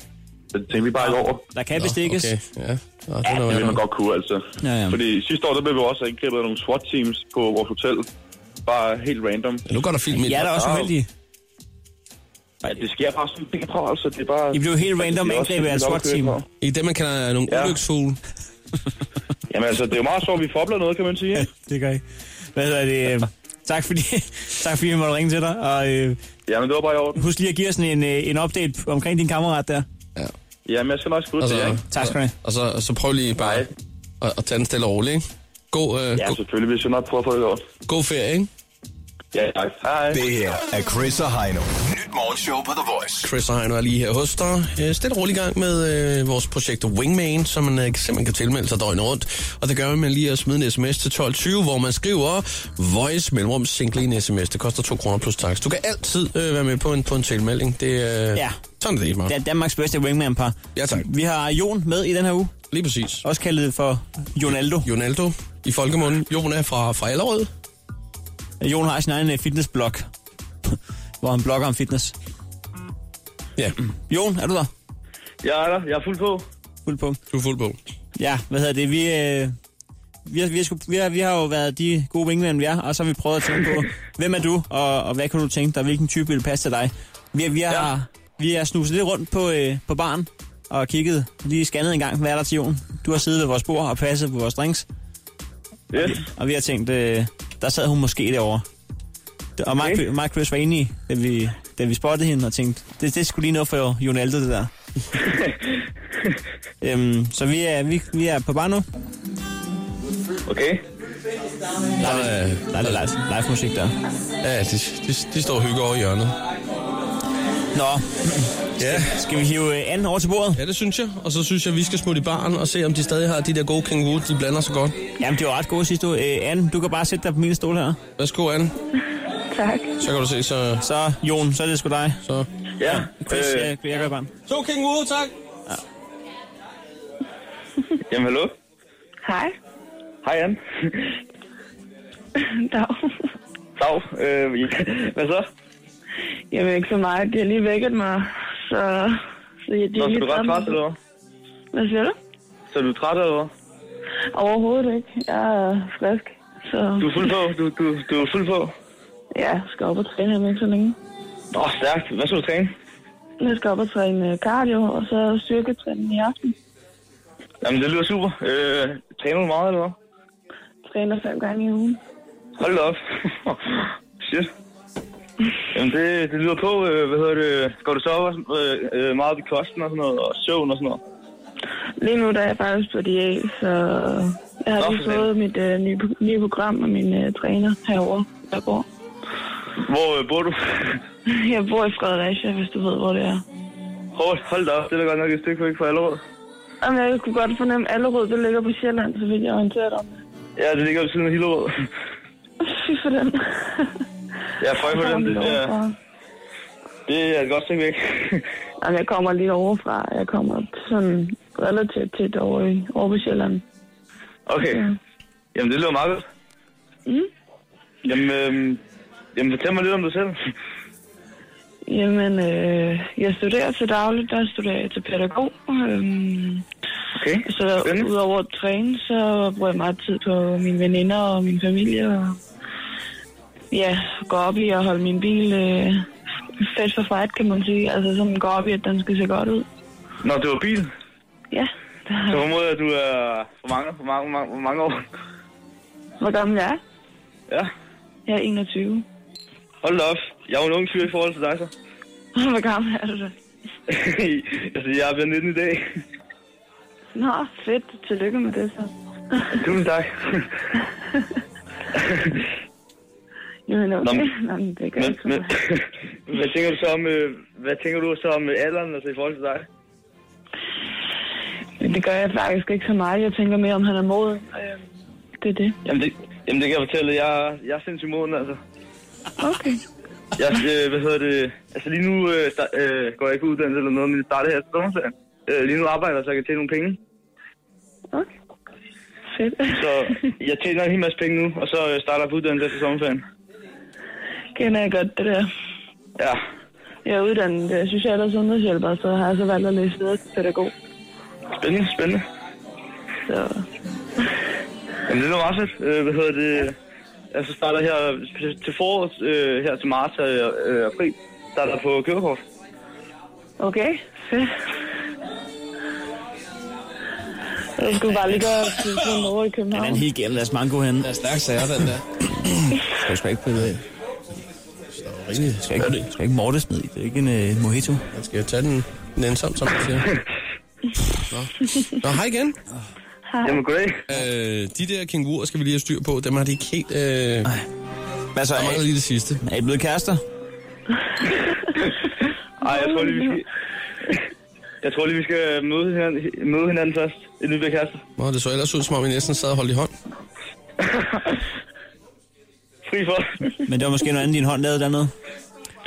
S12: Så det tænkte vi bare ikke over.
S3: Der kan bestikkes.
S2: Okay, ja. Nå, det
S12: Ja,
S2: er
S12: det vil man
S2: noget.
S12: godt kunne, altså.
S3: Ja, ja.
S12: Fordi sidste år, der blev vi også angrebet af nogle SWAT-teams på vores hotel. Bare helt random.
S2: Ja, nu går der film ind.
S3: Jeg er da også uheldig.
S13: Ja, det sker bare sådan en bra, altså det er bare...
S12: I blev helt random
S13: Det er også
S12: angrebet af et
S13: sådan, vi
S12: SWAT-team.
S13: nok kører
S2: I det, man kalder nogle ja. ulyksfugle.
S13: Jamen altså, det er jo meget sjovt, at vi fobler noget, kan man sige. Ja,
S3: det gør I. Hvad hedder det? øh, tak fordi, tak fordi vi måtte ringe til dig. Og, øh,
S13: Jamen, det var bare i orden.
S3: Husk lige at give os en, øh, en update omkring din kammerat der.
S2: Ja.
S13: Jamen, jeg skal nok skrive til jer, ikke?
S3: Tak skal du have.
S2: Og så, og så prøv lige bare at, at tage den stille og roligt, ikke? God, øh,
S13: Ja,
S2: god,
S13: selvfølgelig. Vi skal nok prøve at få det gjort.
S2: god ferie, ikke?
S13: Ja, tak. Hej.
S5: Det her er Chris og Heino. Nyt morgenshow på The Voice.
S2: Chris og Heino er lige her hos dig. Øh, Stil og roligt i gang med øh, vores projekt Wingman, som man øh, simpelthen kan tilmelde sig døgnet rundt. Og det gør man lige at smide en sms til 12.20, hvor man skriver Voice Mellemrum Single i en sms. Det koster 2 kroner plus tax. Du kan altid øh, være med på en, på en tilmelding. Det, øh,
S3: Ja.
S2: Sådan er det, Ismar.
S3: Det er Danmarks bedste wingman-par.
S2: Ja, tak.
S3: Vi har Jon med i den her uge.
S2: Lige præcis.
S3: Også kaldet for Jonaldo.
S2: Jonaldo i folkemunden. Jon er fra, fra Allerød.
S3: Jon har sin egen øh, fitnessblog, hvor han blogger om fitness.
S2: Ja.
S3: Jon, er du der?
S13: Jeg er der. Jeg er fuld på.
S3: Fuld på.
S2: Du er fuld på.
S3: Ja, hvad hedder det? Vi, øh, vi, har, vi, har, sgu- vi, har, vi har jo været de gode wingmænd, vi er, og så har vi prøvet at tænke på, hvem er du, og, og hvad kan du tænke dig, hvilken type vil passe til dig? Vi, vi har, ja. vi har snuset lidt rundt på, øh, på baren og kigget, lige scannet en gang, hvad er der til Jon? Du har siddet ved vores bord og passet på vores drinks,
S13: Yes.
S3: og vi har tænkt, øh, der sad hun måske derovre. Det- Og mig, okay. mig og Chris var enige, da vi, da vi spottede hende og tænkte, det, det skulle lige noget for Jonaldo, det der. øhm, så vi er, vi, vi er på bar nu.
S13: Okay.
S2: Der er,
S3: der er lidt live, live musik der.
S2: Ja, de, de, de står og hygger over i hjørnet.
S3: Nå.
S2: Ja.
S3: Skal vi hive øh, anden over til bordet?
S2: Ja, det synes jeg. Og så synes jeg, vi skal smutte i baren og se, om de stadig har de der gode kænguru, de blander så godt.
S3: Jamen, det var ret gode sidste uge. Øh, Anne, du kan bare sætte dig på min stol her.
S2: Værsgo, Anne.
S11: Tak.
S2: Så kan du se, så...
S3: Så, Jon, så er det sgu dig.
S2: Så.
S13: Ja.
S3: Chris, øh. jeg, jeg gør bare.
S2: To kænguru, tak.
S13: Jamen, hallo?
S11: Hej.
S13: Hej, Anne.
S11: Dag.
S13: Dag. Øh, hvad så?
S11: Jamen, ikke så meget. De har lige vækket mig, så... så jeg,
S13: Nå,
S11: de har
S13: så
S11: lige
S13: du ret
S11: taget mig.
S13: træt, eller hvad?
S11: Hvad siger du?
S13: Så er du træt, eller hvad?
S11: Overhovedet ikke. Jeg er frisk, så...
S13: Du er fuld på. Du, du, du er fuld på.
S11: Ja, skal op og træne her om ikke så længe.
S13: Nå, stærkt. Hvad skal du træne?
S11: Jeg skal op og træne øh, cardio, og så styrketræning i aften.
S13: Jamen, det lyder super. Øh, træner du meget, eller hvad?
S11: Træner fem gange i ugen.
S13: Hold da op. Shit. Jamen, det, det lyder på. Øh, hvad hedder det? Går du så op, øh, øh, meget ved kosten og sådan noget, og søvn og sådan noget?
S11: Lige nu der er jeg faktisk på diæt, så jeg har lige fået mit øh, nye, nye program og min øh, træner herover, der bor.
S13: Hvor øh, bor du?
S11: Jeg bor i Fredericia, hvis du ved, hvor det er.
S13: Hold, hold da op. Det er da godt nok et stykke væk fra Allerød.
S11: Jamen, jeg kunne godt fornemme, at Allerød det ligger på Sjælland, så vil jeg orientere dig om det.
S13: Ja, det ligger ved siden af Hillerød.
S11: Fy for den.
S13: Ja, føj for den. Det, er, det er et godt stykke væk.
S11: Jamen, jeg kommer lige overfra. Jeg kommer sådan relativt tæt over, i- over på Sjælland.
S13: Okay. Jamen, det lyder meget godt.
S11: Mm.
S13: Jamen, øh, jamen, fortæl mig lidt om dig selv.
S11: Jamen, øh, jeg studerer til dagligt, der studerer jeg til pædagog. Øhm,
S13: okay,
S11: Så udover at træne, så bruger jeg meget tid på mine veninder og min familie. Og, ja, går op i at holde min bil øh, fedt for fight, kan man sige. Altså sådan går op i, at den skal se godt ud.
S13: Nå, det var bil.
S11: Ja,
S13: Så formoder jeg, at du er for mange, for mange, mange, for mange år.
S11: hvor gammel jeg er.
S13: Ja.
S11: Jeg er 21.
S13: Hold da op. Jeg er jo en ung fyr i forhold til dig, så.
S11: Hvor gammel er du da?
S13: altså, jeg bliver 19 i dag.
S11: Nå, fedt. Tillykke med det så.
S13: Tusind tak.
S11: Jamen,
S13: Nå,
S11: okay.
S13: men-
S11: Nå, men det gør
S13: Men,
S11: ikke så
S13: men,
S11: meget.
S13: hvad tænker du så om, øh, hvad tænker du så om øh, alderen, altså i forhold til dig?
S11: Det gør jeg faktisk ikke så meget. Jeg tænker mere, om han er moden. Øh, det er det.
S13: Jamen det, jamen, det kan jeg fortælle. Jeg, er- jeg er sindssygt moden, altså.
S11: Okay.
S13: Jeg, øh, hvad hedder det? Altså lige nu øh, sta- øh, går jeg ikke på uddannelse eller noget, men jeg starter her til sommerferien. Øh, lige nu arbejder jeg, så jeg kan tjene nogle penge.
S11: Fedt.
S13: Så jeg tjener en hel masse penge nu, og så øh, starter jeg på uddannelse efter sommerferien.
S11: Kender jeg godt det der.
S13: Ja.
S11: Jeg er uddannet øh, social- og sundhedshjælper, så har jeg så valgt at læse videre til pædagog.
S13: Spændende, spændende.
S11: Så
S13: Jamen, det er meget fedt. Øh, hvad hedder det? Altså øh, starter her til foråret, øh, her til marts og øh, april, starter jeg på kørekort.
S11: Okay, fedt. Jeg skulle bare lige gøre sådan over i
S3: Den er
S11: København.
S3: en helt gennem deres mango henne. Den er
S16: stærk sager, den der.
S3: skal du sgu ikke prøve det. Skal, skal, ikke, skal ikke mortes ned i. Det er ikke en uh, mojito.
S2: Man skal tage den nænsom, som man siger. Nå. Nå, hej igen.
S11: Hej.
S2: Jamen, goddag. Øh, de der kænguruer skal vi lige have styr på. Dem har de ikke helt... Øh... Hvad så? Der mangler lige det sidste.
S3: altså, Er I blevet kærester?
S13: Ej, jeg tror lige, vi skal... Jeg tror lige, vi skal øh, møde hinanden, møde hinanden først, inden vi bliver kærester.
S2: Nå, det så ellers ud, som om vi næsten sad og holdt i hånd.
S13: Fri for.
S3: Men det var måske noget andet, din hånd lavede dernede.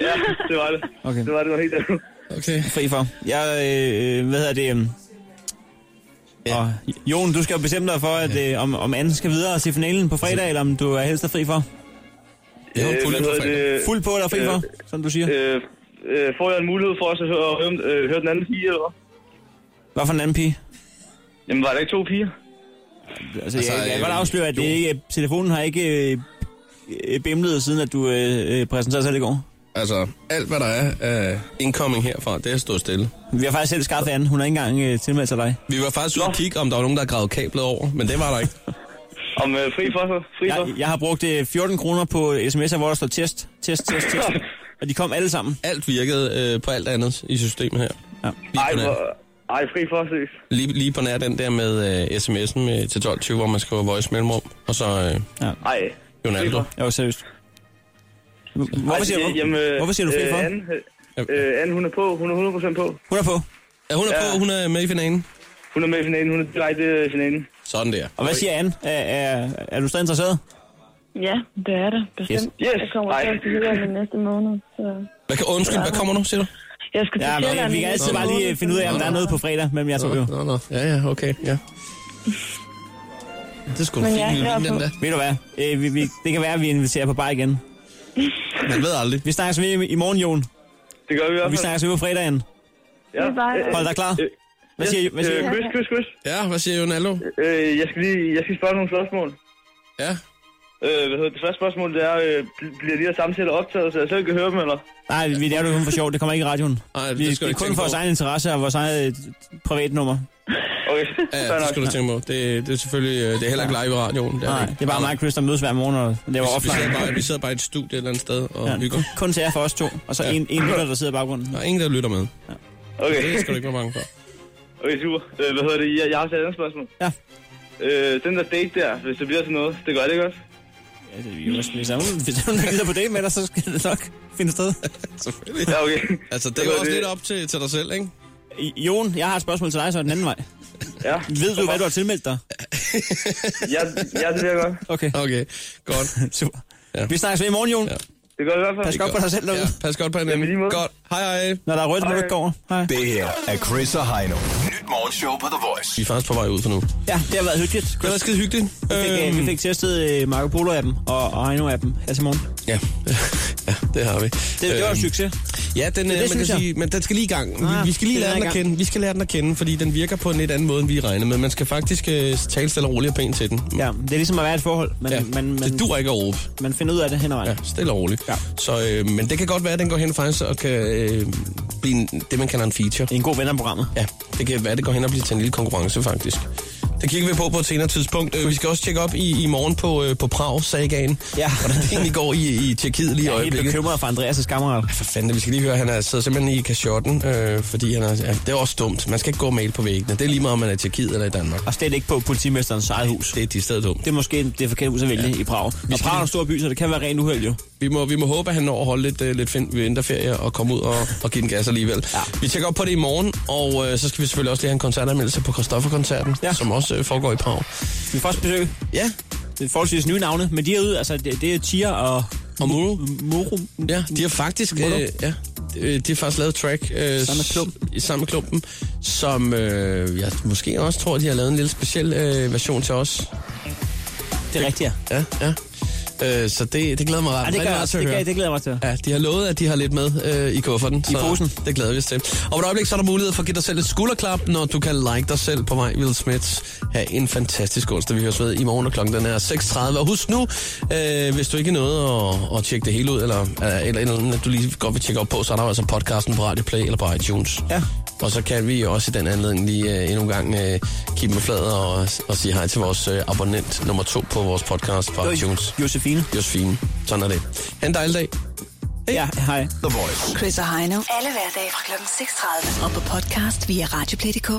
S13: Ja, det var det.
S3: Okay.
S13: Det var det, var helt andet.
S2: Okay.
S3: Fri for. Jeg, øh, hvad hedder det? øhm, Og, Jon, du skal jo bestemme dig for, at, øh, om, om Anne skal videre til finalen på fredag, eller om du er helst er fri for.
S2: Øh,
S13: hvad hedder det?
S3: Fuld på eller fri for, som du siger.
S13: Øh, øh, får jeg en mulighed for også at høre, høre, øh, høre den anden pige, eller hvad?
S3: Hvad for en anden pige?
S13: Jamen, var der ikke to piger?
S3: Altså, jeg, jeg kan
S2: øh,
S3: godt afsløre, at det ikke, telefonen har ikke øh, øh, bimlet, siden at du øh, øh, præsenterede selv i går.
S2: Altså, alt hvad der er af uh, indkoming herfra, det er stået stille.
S3: Vi har faktisk selv skaffet Anne. Hun har ikke engang øh, tilmeldt sig dig.
S2: Vi var faktisk ude og kigge, om der var nogen, der havde gravet kablet over, men det var der ikke.
S13: Om øh, fri for så? Fri
S3: Jeg, jeg har brugt øh, 14 kroner på sms'er, hvor der står test, test, test, test. og de kom alle sammen.
S2: Alt virkede øh, på alt andet i systemet her.
S3: Ja.
S13: Ej, hvor, ej, fri for ses.
S2: Lige, lige på nær den der med øh, sms'en med, til 12.20, hvor man skriver voice mellemrum, og så øh,
S3: ja.
S13: Ej,
S2: Ronaldo.
S3: Jo, seriøst.
S13: Ej,
S3: Hvorfor siger du,
S13: jamen, øh,
S3: hvorfor siger du fri
S13: øh,
S3: for?
S13: Anne, øh, øh, Anne, hun er på. Hun er 100% på.
S3: Hun er på.
S2: Ja, hun er ja. på. Hun er med i finalen.
S13: Hun er med i finalen. Hun er direkte i finalen.
S2: Sådan der.
S3: Og hvad siger Anne? Er, er, er du stadig interesseret?
S11: Ja, det er det. Bestemt.
S13: Yes.
S11: Jeg kommer
S13: Ej.
S11: til at videre den næste måned. Så.
S2: Hvad, kan- undskyld, hvad kommer nu, siger du?
S11: Jeg skal til
S3: Ja,
S11: Sjælland
S3: men, vi
S11: i
S3: kan altid
S11: næste
S3: bare lige
S11: måned,
S3: øh, finde ud af, om
S11: så-
S3: der er noget på fredag mellem jer to. jo.
S2: Nå, nå. Ja, ja, okay. Ja. Det er sgu en
S11: Men
S2: fin
S11: jeg er
S2: lille
S11: klar
S2: vin, den
S11: på-
S2: der.
S3: Ved du hvad? Øh, vi, vi, det kan være, at vi inviterer på bar igen.
S2: Man ved aldrig.
S3: Vi snakkes ved i morgen, Jon.
S13: Det gør vi
S3: Og vi snakkes ved på fredagen.
S13: Ja.
S3: Hold dig klar. Hvad siger I? Hvad siger I?
S13: Øh, kys, kys, kys.
S2: Ja, hvad siger Ronaldo?
S13: Øh, jeg skal lige jeg skal spørge nogle spørgsmål.
S2: Ja.
S13: Øh, hvad hedder det første spørgsmål, det er, øh, bl- bliver de her samtaler optaget, så jeg selv kan høre dem, eller?
S3: Nej, vi laver det kun for sjov. Det kommer ikke i radioen.
S2: Ej,
S3: vi,
S2: det skal du
S3: det er
S2: ikke
S3: kun
S2: tænke
S3: for vores
S2: på.
S3: egen interesse og vores eget øh, privatnummer.
S13: Okay,
S2: Ja, det skal du tænke på. Det, det er selvfølgelig øh, det er heller ikke live i radioen. Det er
S3: Nej,
S2: det ikke. Altså,
S3: det er bare mig og Chris, der mødes hver morgen og
S2: Vi,
S3: laver
S2: vi, sidder
S3: offline.
S2: bare, vi sidder bare i et studie et eller andet sted og ja.
S3: Ja,
S2: hygger.
S3: kun- kun til jer for os to, og så
S2: Ja.
S3: en, en lytter, der sidder i baggrunden.
S2: Der er ingen, der lytter med.
S13: Okay.
S2: Det skal du ikke være bange for.
S13: Okay, super. Øh, hvad hedder det? Jeg, jeg har et andet spørgsmål.
S3: Ja.
S13: Øh, den der date der, hvis det bliver til noget, det gør det ikke også?
S3: Ja, det er jo også, hvis hun, hvis hun gider på det med dig, så skal det nok finde sted.
S2: Selvfølgelig.
S13: Ja, okay.
S2: Altså, det
S13: Så
S2: er jo
S13: var
S2: også
S13: det-
S2: lidt op til, til dig selv, ikke?
S3: Jon, jeg har et spørgsmål til dig, så den anden vej.
S13: Ja.
S3: Ved du, hvad du har tilmeldt dig?
S13: Ja, ja det vil jeg godt.
S3: Okay.
S2: Okay, godt.
S3: Super.
S2: Ja.
S3: Vi snakkes ved i morgen, Jon.
S2: Ja.
S13: Det gør det i hvert fald.
S3: Pas godt på dig selv derude.
S2: Ja, pas godt på hinanden. Godt. Hej, hej.
S3: Når der er rødt, må du ikke gå over. Hej.
S5: Det her er Chris og Heino. Nyt morgenshow på The Voice.
S2: Vi er faktisk på vej ud for nu.
S3: Ja, det har været hyggeligt. Chris.
S2: Det var skide hyggeligt. Øhm.
S3: Vi fik, øh, vi fik testet øh, Marco Polo-appen og, og Heino-appen her til morgen.
S2: Ja, Øhm. ja det har vi. Det,
S3: det var en succes.
S2: Ja, den, det,
S3: Det- det
S2: det man kan
S3: synes jeg.
S2: sige, men den skal lige i gang.
S3: Ah,
S2: vi, vi skal lige
S3: den
S2: lære
S3: er i
S2: den at
S3: gang.
S2: kende. Vi skal lære den at kende, fordi den virker på en lidt anden måde, end vi regnede med. Man skal faktisk øh, tale stille og roligt og pænt til den.
S3: Ja, det er ligesom at være i et forhold. Man,
S2: Ja,
S3: ja, man, man,
S2: Det dur ikke at råbe.
S3: man finder ud af det hen ad vejen.
S2: Ja, stille og roligt. Ja. Så, øh, men det kan godt være, at den går hen faktisk og kan øh, blive en, det, man kalder en feature.
S3: En god ven af programmet.
S2: Ja, det kan være, at det går hen og bliver til en lille konkurrence faktisk. Det kigger vi på på et senere tidspunkt. Øh, Vi skal også tjekke op i, i morgen på, øh, på Prag, sagaen.
S3: Ja.
S2: Hvordan det egentlig går i, i Tjekkiet lige i
S3: Jeg er helt
S2: øjeblikket.
S3: bekymret for Andreas' kammerat.
S2: For fanden, vi skal lige høre, han er, sidder simpelthen i kashotten, øh, fordi han er, ja, det er også dumt. Man skal ikke gå og male på væggene. Det er lige meget, om man er i Tyrkiet eller i Danmark.
S3: Og slet ikke på politimesterens eget hus.
S2: Det er de steder dumt.
S3: Det er måske det forkerte hus at vælge ja. i Prag. Og Prag er en stor by, så det kan være rent uheld jo.
S2: Vi må, vi må håbe, at han når at holde lidt, øh, lidt fin- vinterferie og komme ud og, og give den gas alligevel. Ja. Vi tjekker op på det i morgen, og øh, så skal vi selvfølgelig også lige have en koncertanmeldelse på Christoffer-koncerten, ja. som også øh, foregår i Prag.
S3: Vi får også besøg.
S2: Ja.
S3: Det er forholdsvis nye navne, men de er ude, altså det, det er Tia og...
S2: Og Muru.
S3: Muru.
S2: Ja, de har faktisk, øh,
S3: Moro.
S2: ja, øh, de har faktisk lavet et track øh,
S3: Sammen med
S2: klumpen. i samme klumpen, som øh, jeg måske også tror, de har lavet en lille speciel øh, version til os.
S3: Det er rigtigt, ja.
S2: Ja, ja. Øh, så det, det glæder mig ret
S17: Ja, det gør
S2: rigtig
S17: jeg
S2: meget
S17: også.
S2: til at
S17: Det
S2: høre.
S17: gør- det glæder jeg mig til at
S2: Ja, de har lovet, at de har lidt med øh, i kufferten. I posen. Det glæder vi os til. Og om et øjeblik, så er der mulighed for at give dig selv et skulderklap, når du kan like dig selv på vej, Will Smith. Ha' en fantastisk onsdag. Vi høres ved i morgen, og klokken den er 6.30. Og husk nu, øh, hvis du ikke nåede at, at tjekke det hele ud, eller, øh, eller, eller andet, du lige godt vil tjekke op på, så er der jo altså podcasten på Radio Play eller på iTunes. Ja. Og så kan vi også i den anledning lige øh, endnu en gang øh, kigge med fladet og, og sige hej til vores øh, abonnent nummer to på vores podcast på iTunes.
S17: Josefine.
S2: Josefine. Sådan er det. Ha' en dejlig dag. Hey.
S17: Ja, hej.
S2: The Voice.
S1: Chris og Heino. Alle hverdage fra kl. 6.30. Og på podcast via RadioPlay.dk.